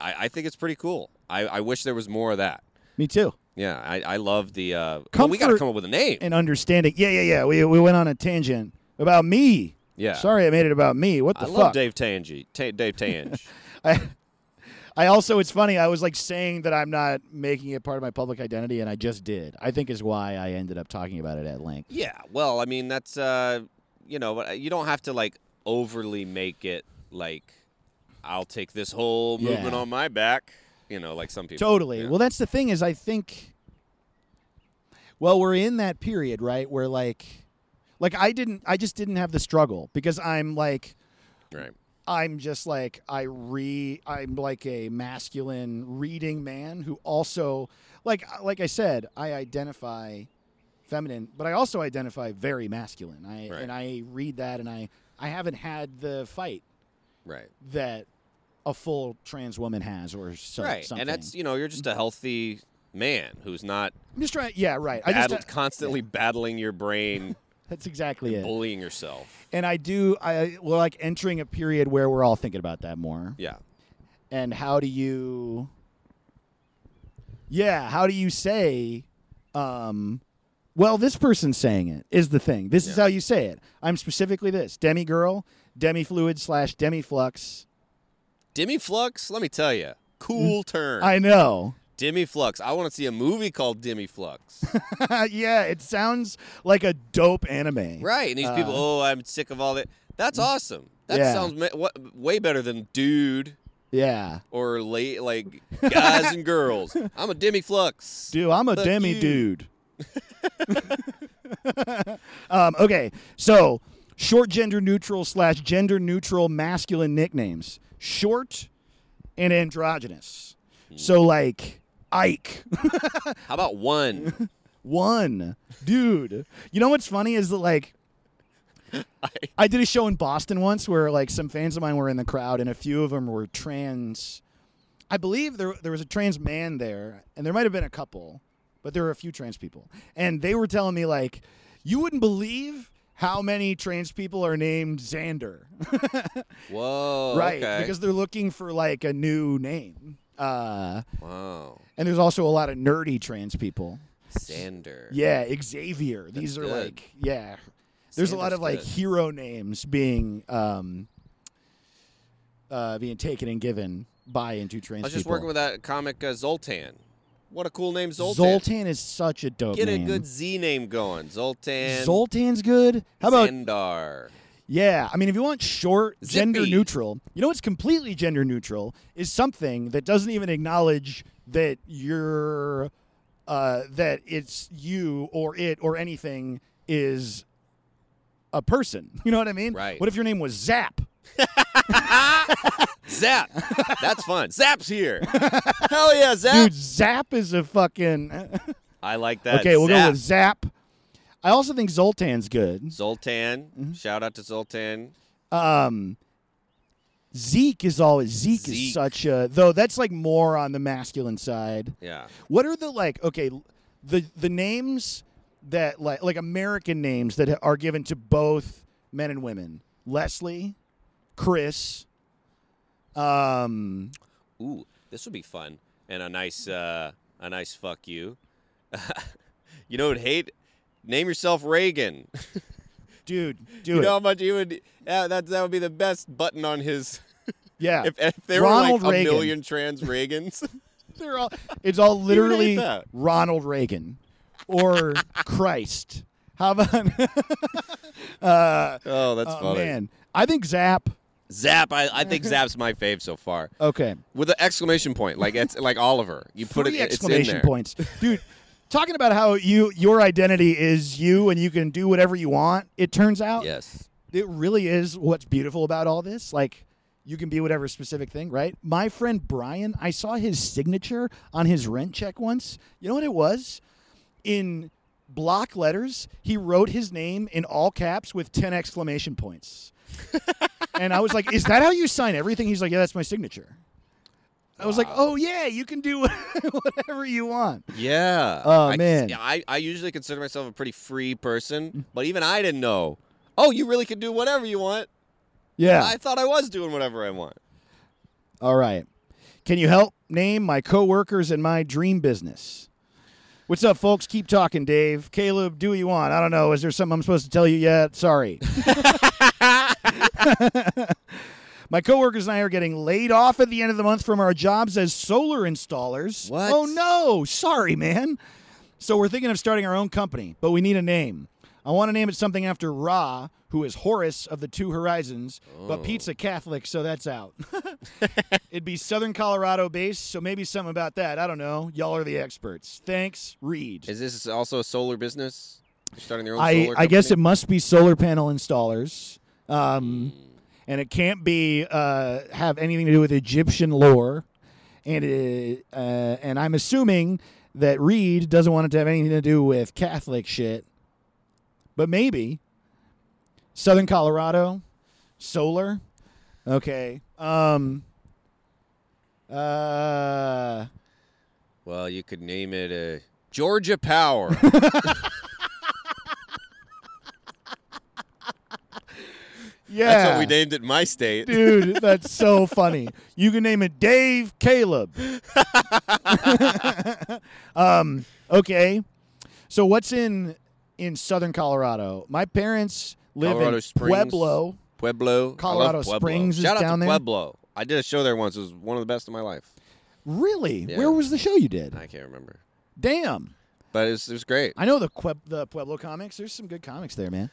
I, I think it's pretty cool I, I wish there was more of that
Me too.
yeah i, I love the uh well, we gotta
Comfort
come up with a name
And understanding. Yeah, yeah, yeah. We we went on a tangent about me.
yeah
Sorry, I made it about me. What
i
the
love
fuck?
dave tangi Ta- dave tange
I, I also it's funny. I was like saying that I'm not making it part of my public identity, and I just did. I think is why I ended up talking about it at length.
Yeah, well, I mean that's uh, you know, but you don't have to like overly make it like I'll take this whole movement
Yeah.
on my back, you know, like some people.
Totally.
Yeah.
Well, that's the thing is I think well, we're in that period, right? Where like like I didn't I just didn't have the struggle because I'm like
right.
I'm just like I re I'm like a masculine reading man who also like uh, like I said, I identify feminine, but I also identify very masculine. I
Right.
and I read that and I I haven't had the fight
Right.
that a full trans woman has or so, something.
right.
Mm-hmm.
And that's, you know, you're just a healthy man who's not
I'm just trying yeah, right. I just uh,
battled, constantly battling your brain,
That's exactly it.
bullying yourself.
And I do. I we're like entering a period where we're all thinking about that more.
Yeah.
And how do you? Yeah, how do you say? Um, well, this person's saying it is the thing. This is
Yeah.
how you say it. I'm specifically this demi girl, demi fluid slash demi flux.
Dimiflux, let me tell you. Cool term.
Mm-hmm. I know.
Dimiflux. I want to see a movie called Dimiflux.
yeah, it sounds like a dope anime.
Right, and these people, oh, I'm sick of all that. That's awesome.
Uh-huh. Mm.
That
Yeah.
sounds ma- wa- way better than dude
Yeah.
or late like guys and girls. I'm a demiflux.
Dude, I'm a
Fuck
demi
you.
dude. um, okay, so short gender neutral slash gender neutral masculine nicknames. Short and androgynous. So like Ike,
How about one?
one dude. You know what's funny is that like I did a show in Boston once where like some fans of mine were in the crowd and a few of them were trans. I believe there there was a trans man there and there might have been a couple, but there were a few trans people. And they were telling me like you wouldn't believe how many trans people are named Xander.
Whoa.
right,
Okay.
because they're looking for like a new name. Uh,
wow.
and there's also a lot of nerdy trans people.
Sander.
Yeah, Xavier. These are
good.
like yeah. There's a lot
Xander's
of like
good.
hero names being um uh being taken and given by into trans
I was just
people.
working with that comic uh, Zoltan. What a cool name, Zoltan.
Zoltan is such a dope
Get a
name.
good Z name going, Zoltan.
Zoltan's good. How about
Xandar?
yeah? I mean, if you want short, gender
Zippy.
neutral, you know what's completely gender neutral is something that doesn't even acknowledge that you're uh, that it's you or it or anything is a person. You know what I mean?
Right.
What if your name was Zap?
Zap. That's fun. Zap's here. Hell yeah, Zap.
Dude, Zap is a fucking.
I like that.
okay, we'll go
Zap.
with Zap. I also think Zoltan's good.
Zoltan. Shout out to Zoltan.
Um, Zeke is always Zeke,
Zeke.
is such a though that's like more on the masculine side.
Yeah.
What are the like okay, the the names that like like American names that are given to both men and women? Leslie, Chris, um,
Ooh, this would be fun and a nice uh, a nice fuck you. you know what? Hate name yourself Reagan.
dude, do
you
it.
know how much he would. Yeah, that that would be the best button on his.
yeah,
If, if there
Ronald
were like
Reagan.
a million trans Reagans,
They're all, it's all literally
that.
Ronald Reagan or Christ. How about uh,
oh, that's
oh,
funny.
man? I think Zap.
Zap, I, I think Zap's my fave so far.
Okay,
With an exclamation point, like it's like Oliver. You put
three
it. It's in
exclamation
there.
points, dude. Talking about how you your identity is you and you can do whatever you want. It turns out
Yes.
it really is what's beautiful about all this. Like you can be whatever specific thing, right? My friend Brian, I saw his signature on his rent check once. You know what it was? In block letters, he wrote his name in all caps with 10 exclamation points. and I was like, "Is that how you sign everything?" He's like, "Yeah, that's my signature." I was like, "Oh yeah, you can do whatever you want."
Yeah.
Oh,
I,
man. Mm.
Yeah, I, I usually consider myself a pretty free person, but even I didn't know. Oh, you really can do whatever you want.
Yeah.
I thought I was doing whatever I want.
All right. Can you help name my coworkers and my dream business? What's up, folks? Keep talking, Dave. Caleb, do what you want. I don't know. Is there something I'm supposed to tell you yet? Sorry. my coworkers and I are getting laid off at the end of the month from our jobs as solar installers.
What?
Oh, no. Sorry, man. So we're thinking of starting our own company, but we need a name. I want to name it something after Ra, who is Horus of the Two Horizons, but Pete's a Catholic, so that's out. It'd be Southern Colorado based, so maybe something about that. I don't know. Y'all are the experts. Thanks, Reed.
Is this also a solar business? You're starting your own
I,
solar
I guess it
company?
must be solar panel installers. Um, And it can't be uh, have anything to do with Egyptian lore. And it, uh, and I'm assuming that Reed doesn't want it to have anything to do with Catholic shit. But maybe Southern Colorado, solar. Okay. Um, uh,
Well, you could name it uh, Georgia Power.
yeah.
That's what we named it in my state.
Dude, that's so funny. You can name it Dave Caleb. um, okay. So what's in in Southern Colorado? My parents live
Colorado
in
Springs.
Pueblo.
Pueblo. I love
Colorado
Pueblo.
Springs is
Shout out
down
to
there.
Pueblo. I did a show there once. It was one of the best of my life.
Really?
Yeah.
Where was the show you did?
I can't remember.
Damn.
But it was, it was great.
I know the Queb- the Pueblo comics. There's some good comics there, man.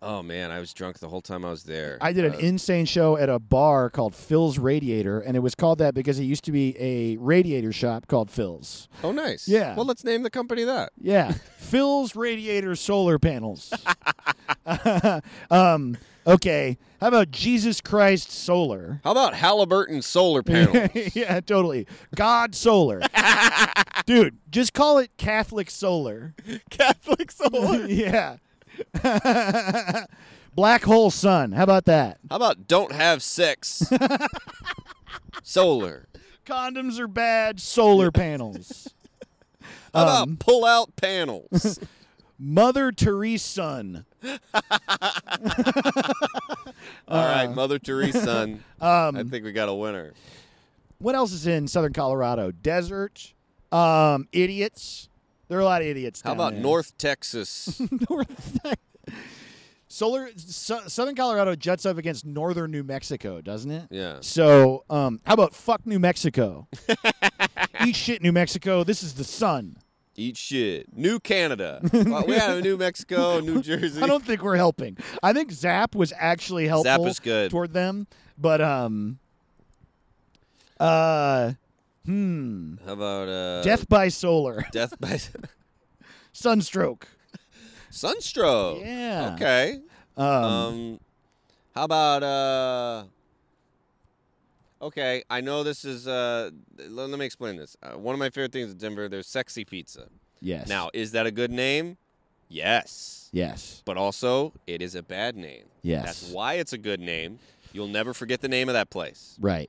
Oh man, I was drunk the whole time I was there.
I did an
Uh,
insane show at a bar called Phil's Radiator, and it was called that because it used to be a radiator shop called Phil's.
oh nice.
Yeah.
Well, let's name the company that.
Yeah, Phil's radiator solar panels. um, okay, how about Jesus Christ solar?
How about Halliburton solar panels?
yeah, totally. God solar. Dude, just call it Catholic solar.
Catholic solar.
yeah. Black hole sun. How about that?
How about don't have sex? solar.
Condoms are bad. Solar panels.
How
Um,
about pull out panels?
Mother Teresa sun.
All
uh,
right, Mother Teresa. son.
Um,
I think we got a winner.
what else is in Southern Colorado? Desert, um, idiots. There are a lot of idiots.
How
down
about
there.
North Texas?
North? Solar so, Southern Colorado juts up against northern New Mexico, doesn't it?
Yeah.
So, um, how about fuck New Mexico? Eat shit, New Mexico. This is the sun.
Eat shit. New Canada. Well, we had New Mexico, New Jersey.
I don't think we're helping. I think Zap was actually helpful
is good.
toward them, but um, uh, hmm,
How about uh,
death by solar,
Death by
sunstroke.
sunstroke.
Yeah.
Okay.
um
Um, how about uh? Okay, I know this is uh. Let, let me explain this. Uh, one of my favorite things in Denver, there's sexy pizza.
yes.
Now, is that a good name? Yes,
Yes.
but also it is a bad name.
Yes.
That's why it's a good name You'll never forget the name of that place.
Right.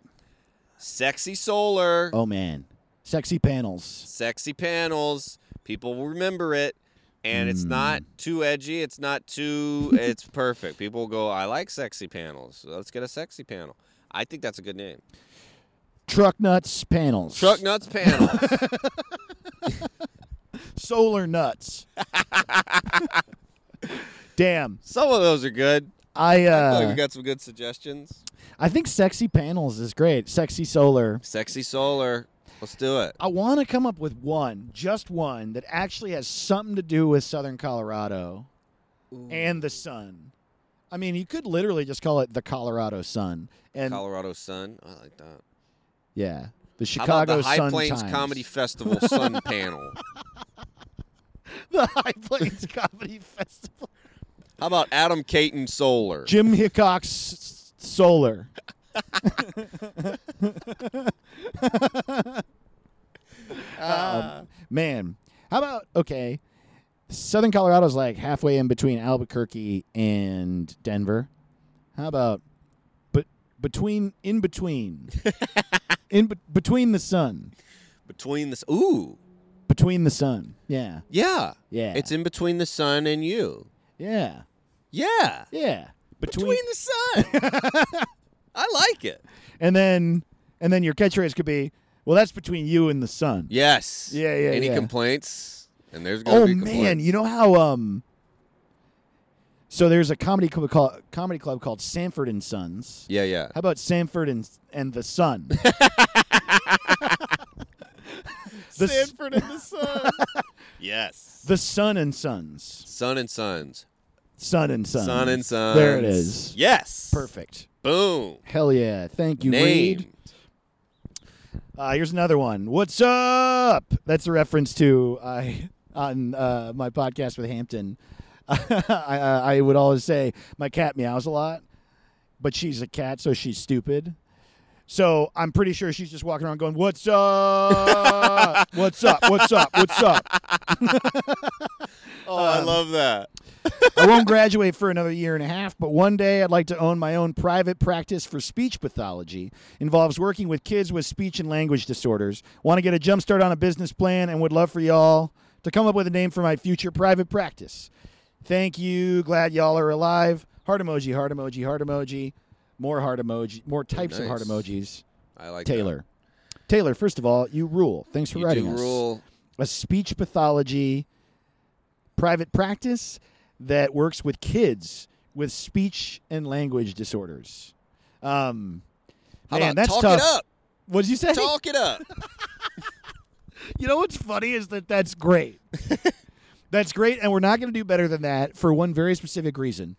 Sexy Solar.
Oh man, sexy panels.
Sexy panels. People will remember it. And it's not
Hmm.
too edgy. It's not too. it's perfect. People go, I like sexy panels. So let's get a sexy panel. I think that's a good name.
Truck nuts panels.
Truck Nuts Panels.
Solar nuts. Damn.
Some of those are good.
I
I feel like
uh,
we got some good suggestions.
I think sexy panels is great. Sexy solar.
Sexy Solar. Let's do it.
I want to come up with one, just one, that actually has something to do with Southern Colorado and the sun. I mean, you could literally just call it the Colorado Sun, and
Colorado Sun. I like that.
yeah, the
How
Chicago
about the High
Sun
Plains
Times.
Comedy Festival Sun Panel?
the High Plains Comedy Festival,
How about Adam Caton Solar?
Jim Hickox s- s- Solar. Um, man, how about okay? Southern Colorado's like halfway in between Albuquerque and Denver. How about but between in between in be- between the sun
between the s- ooh
between the sun? Yeah,
yeah
Yeah.
it's in between the sun and you
yeah,
yeah
yeah.
between, the sun I like it
and then and then your catchphrase could be, well, that's between you and the sun.
yes
Yeah, yeah,
any
yeah.
complaints and there's gonna
Oh
be
man,
complaints.
you know how um. So there's a comedy club called comedy club called Sanford and Sons.
yeah yeah
How about Sanford and and the Sun? the, s-
and the sun yes
the Sun and Sons.
sun and suns
Sun and Sons.
sun and suns
There it is.
yes
Perfect.
boom
Hell yeah. Thank you,
name
Reed. Uh, here's another one. What's up? That's a reference to I on uh, my podcast with Hampton. I, uh, I I would always say my cat meows a lot, but she's a cat, so she's stupid. So I'm pretty sure she's just walking around going, "What's up? What's up? What's up? What's up?"
oh
um,
I love that
I won't graduate for another year and a half, but one day I'd like to own my own private practice for speech pathology. Involves working with kids with speech and language disorders. Want to get a jump start on a business plan and would love for y'all to come up with a name for my future private practice. Thank you. Glad y'all are alive. Heart emoji, heart emoji, heart emoji. More heart emoji, more types of heart
nice.
emojis.
I like
Taylor. Taylor, first of all, you rule. Thanks for
that. you
writing
do
us
rule
a speech pathology private practice that works with kids with speech and language disorders. Um,
how
man,
about
that's
talk
tough.
it up
What did you say?
talk it up
You know what's funny is that that's great. that's great, and we're not going to do better than that for one very specific reason.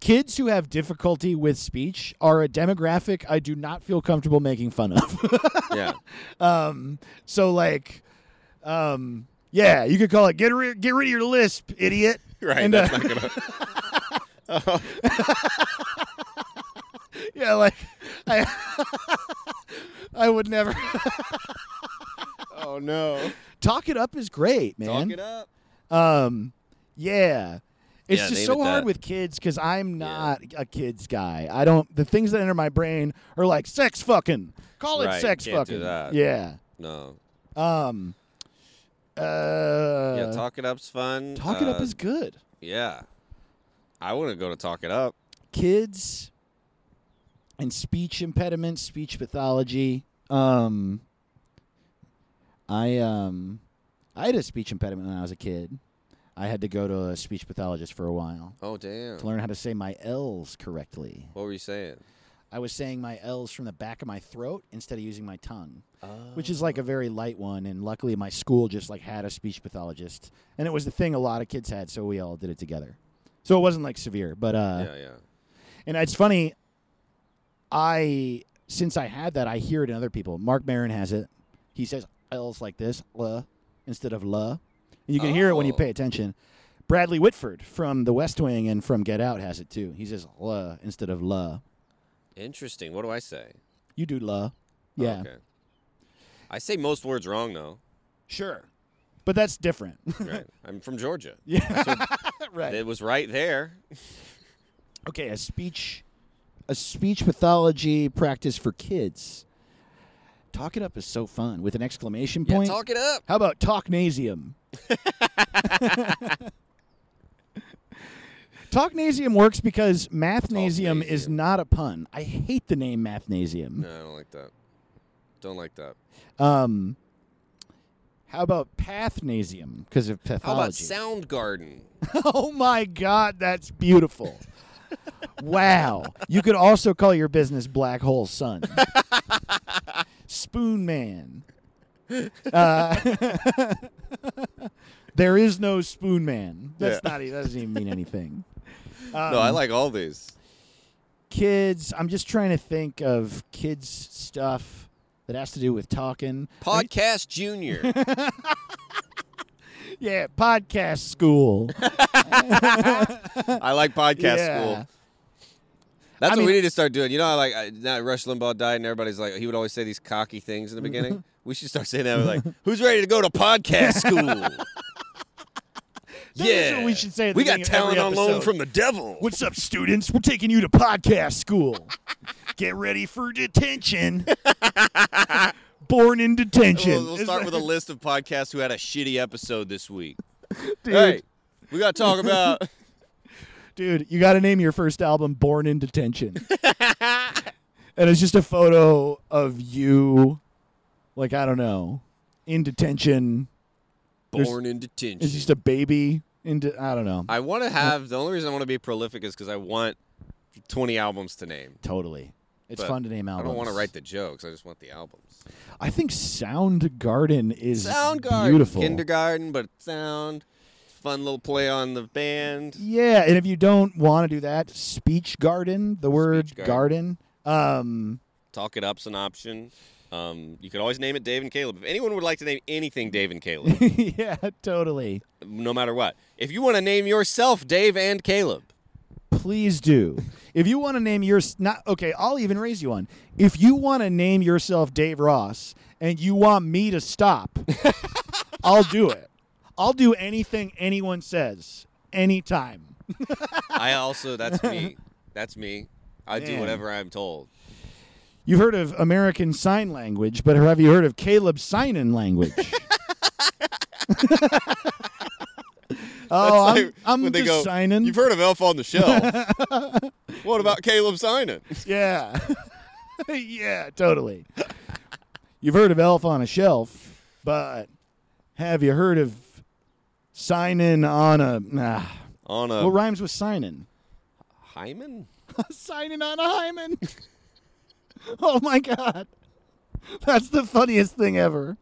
Kids who have difficulty with speech are a demographic I do not feel comfortable making fun of.
yeah
Um, so like, um, yeah, you could call it get rid get rid of your lisp, idiot.
right
And,
that's
uh,
not gonna
Yeah, like I, I would never
oh no
talk it up is great, man.
talk it up
Um, yeah. It's
Yeah,
just
name
so
it
hard
that.
with kids because I'm not a kids guy. I don't. The things that enter my brain are like sex fucking. Call it
Right,
sex
can't do
fucking.
that.
Yeah.
no
Um. Uh.
yeah, talk it up's fun.
talk it up
Uh,
is good.
yeah. I want to go to talk it up.
kids and speech impediments, speech pathology. Um, I um, I had a speech impediment when I was a kid. I had to go to a speech pathologist for a while
Oh damn!
to learn how to say my L's correctly.
What were you saying?
I was saying my L's from the back of my throat instead of using my tongue, which is like a very light one. And luckily, my school just like had a speech pathologist, and it was the thing a lot of kids had, so we all did it together. So it wasn't like severe, but uh,
yeah, yeah.
and it's funny, I since I had that, I hear it in other people. Mark Marin has it. He says L's like this, la, instead of la. And you can hear it when you
Oh.
pay attention. Bradley Whitford from The West Wing and from Get Out has it too. He says la instead of la.
Interesting. What do I say?
You do la.
Oh,
Yeah.
okay. I say most words wrong though.
Sure. But that's different.
Right. I'm from Georgia.
yeah. right.
It was right there.
Okay, a speech a speech pathology practice for kids. Talk it up is so fun with an exclamation
Yeah,
point.
talk it up.
How about Talknasium? Talknasium works because Mathnasium is
Talknasium.
not a pun. I hate the name Mathnasium.
No, I don't like that. Don't like that.
Um, how about Pathnasium because of
How about
pathology?
Soundgarden?
oh my God, that's beautiful. wow. You could also call your business Black Hole Sun. Spoon Man. Uh, there is no Spoon Man. That's
Yeah.
not. e- That doesn't even mean anything. Um,
no, I like all these.
Kids. I'm just trying to think of kids stuff that has to do with talking.
Podcast Junior.
Yeah, podcast school.
I like podcast
Yeah.
school. That's
I
what we
mean-
need to start doing. You know, I like I, now Rush Limbaugh died, and everybody's like, he would always say these cocky things in the beginning. we should start saying that. Like, who's ready to go to podcast school?
That is what we should say at the
we got
beginning of every
talent on loan
episode.
from the devil.
What's up, students? We're taking you to podcast school. Get ready for detention. Born in detention.
We'll, we'll
Is
start
that-
with a list of podcasts who had a shitty episode this week.
dude,
Hey, we got to talk about.
dude, you got to name your first album "Born in Detention," and it's just a photo of you, like I don't know, in detention.
Born in detention.
It's just a baby into I don't know.
I want to have the only reason I want to be prolific is because I want 20 albums to name.
totally, it's
but
fun to name
I
albums.
don't want to write the jokes. I just want the albums.
I think Soundgarden is
Soundgarden,
beautiful.
kindergarten, but sound, fun little play on the band.
Yeah, and if you don't want to do that, speech garden, the word garden.
garden.
Um,
Talk it up's an option. Um, you could always name it Dave and Caleb. If anyone would like to name anything Dave and Caleb,
yeah, totally.
no matter what. If you want to name yourself Dave and Caleb,
Please do. If you want to name your not okay, I'll even raise you one. If you want to name yourself Dave Ross and you want me to stop, I'll do it. I'll do anything anyone says anytime.
I also that's me. That's me. I do
Man.
whatever I'm told.
You've heard of American Sign Language, but have you heard of Caleb Signin language? oh,
That's
I'm,
like
I'm
when
just signing.
You've heard of Elf on the Shelf. what about Caleb signing?
Yeah. yeah, totally. You've heard of Elf on a Shelf, but have you heard of signing on a. Nah.
On a
What rhymes with signing?
hymen?
signing on a hymen. oh my God. That's the funniest thing ever.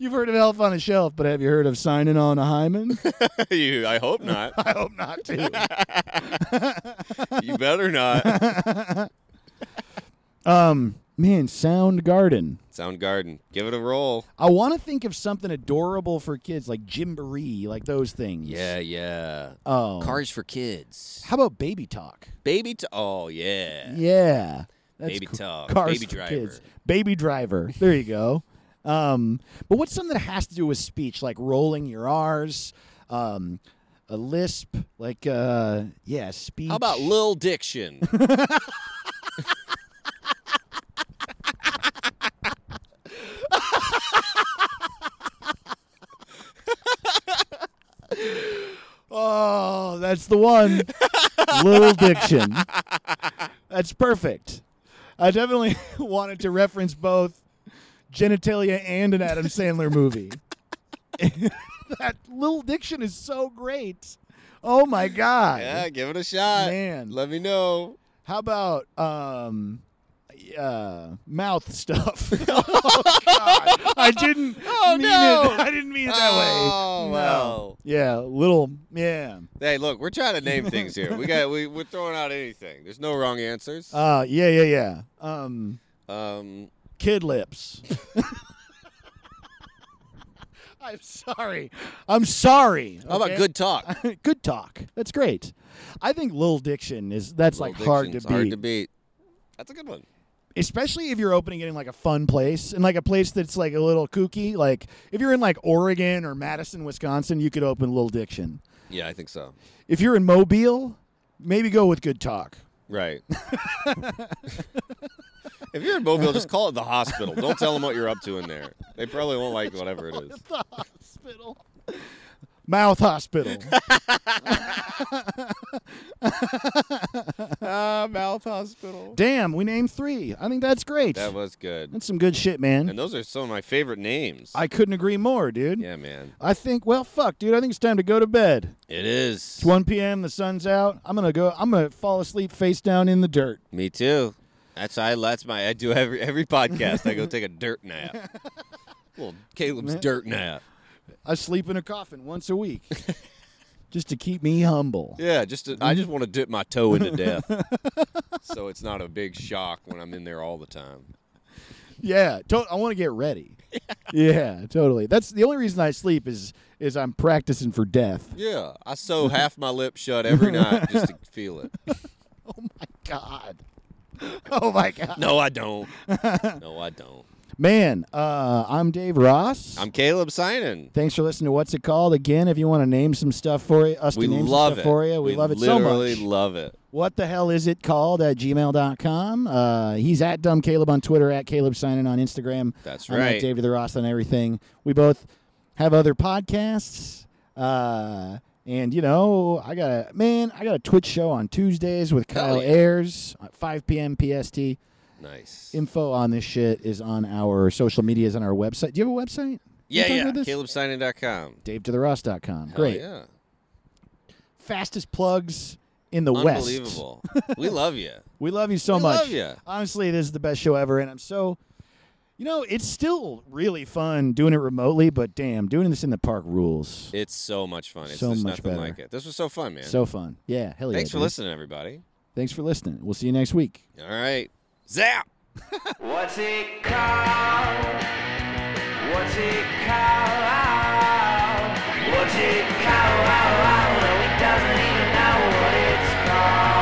You've heard of Elf on a Shelf, but have you heard of signing on a hymen?
you, I hope not.
I hope not, too.
You better not.
um, man, Soundgarden.
Soundgarden, give it a roll.
I want to think of something adorable for kids, like Jimboree, like those things.
yeah.
Oh.
Cars for kids.
How about baby talk?
Baby to oh yeah.
Yeah. That's
Baby talk,
Cars
baby
for
driver.
Kids. Baby driver. There you go. Um, but what's something that has to do with speech, like rolling your R's, um, a lisp, like uh, yeah, speech.
How about Lil Diction?
Oh, that's the one. Little diction. That's perfect. I definitely wanted to reference both genitalia and an Adam Sandler movie. that little diction is so great. Oh my god.
yeah, give it a shot.
Man.
Let me know.
How about um uh mouth stuff? oh god. I didn't
Oh,
mean
no.
it. I didn't mean it that
Oh,
way. No.
well.
Yeah, little yeah.
Hey, look, we're trying to name things here. We got we we're throwing out anything. There's no wrong answers.
Uh yeah, yeah, yeah. Um
Um
kid lips. I'm sorry. I'm sorry.
How about good talk?
good good talk? That's great. I think Lil Diction is that's like
Lil
hard to
Diction's
beat.
Hard to beat. That's a good one.
Especially if you're opening it in like a fun place and like a place that's like a little kooky. Like if you're in like Oregon or Madison, Wisconsin, you could open Lil Diction.
Yeah, I think so.
If you're in Mobile, maybe go with good talk.
Right. if you're in Mobile, just call it the hospital. Don't tell them what you're up to in there. They probably won't like whatever it is.
the hospital. Mouth hospital.
Ah, mouth hospital.
Damn, we named three. I think that's great.
That was good.
that's some good shit, man.
And those are some of my favorite names.
I couldn't agree more, dude.
yeah, man.
I think, well, fuck, dude. I think it's time to go to bed.
It is.
It's 1 p.m. The sun's out. I'm gonna go. I'm gonna fall asleep face down in the dirt.
Me too. That's I. That's my. I do every every podcast. I go take a dirt nap. Well, Caleb's dirt nap.
I sleep in a coffin once a week, just to keep me humble.
Yeah, just to, I just want to dip my toe into death, so it's not a big shock when I'm in there all the time.
Yeah, to- I want to get ready. yeah, totally. That's the only reason I sleep is is I'm practicing for death.
Yeah, I sew half my lip shut every night just to feel it.
Oh my god. Oh my god.
No, I don't. No, I don't.
Man, uh, I'm Dave Ross.
I'm Caleb signing.
Thanks for listening to What's It Called again. If you want to name some stuff for you, us
We
to name
love
some
it
stuff for you, we, love it so
Literally
much.
love it.
what the hell is it called at gmail.com? Uh, he's at Dumb Caleb on Twitter, at Caleb Signing on Instagram.
That's
I'm at
right.
Dave to the Ross on everything. We both have other podcasts. Uh, and you know, I got a man, I got a Twitch show on Tuesdays with
Hell
Kyle
yeah.
Ayers at 5 p.m. PST.
Nice.
info on this shit is on our social medias on our website. Do you have a website? You
Yeah,
talking
yeah.
about this?
CalebSigning.com.
DaveToTheRoss.com.
Hell
Great.
Yeah.
Fastest plugs in the West.
Unbelievable. we love you.
We love you so
We
much.
love ya.
Honestly, this is the best show ever, and I'm so. You know, it's still really fun doing it remotely, but damn, doing this in the park rules.
It's so much fun. It's
So
just
much
nothing
better.
like it. This was so fun, man.
So fun. Yeah, hell yeah.
Thanks for
dude.
listening, everybody.
Thanks for listening. We'll see you next week.
All right. Zap.
What's it called? What's it called? What's it called? No, he doesn't even know what it's called.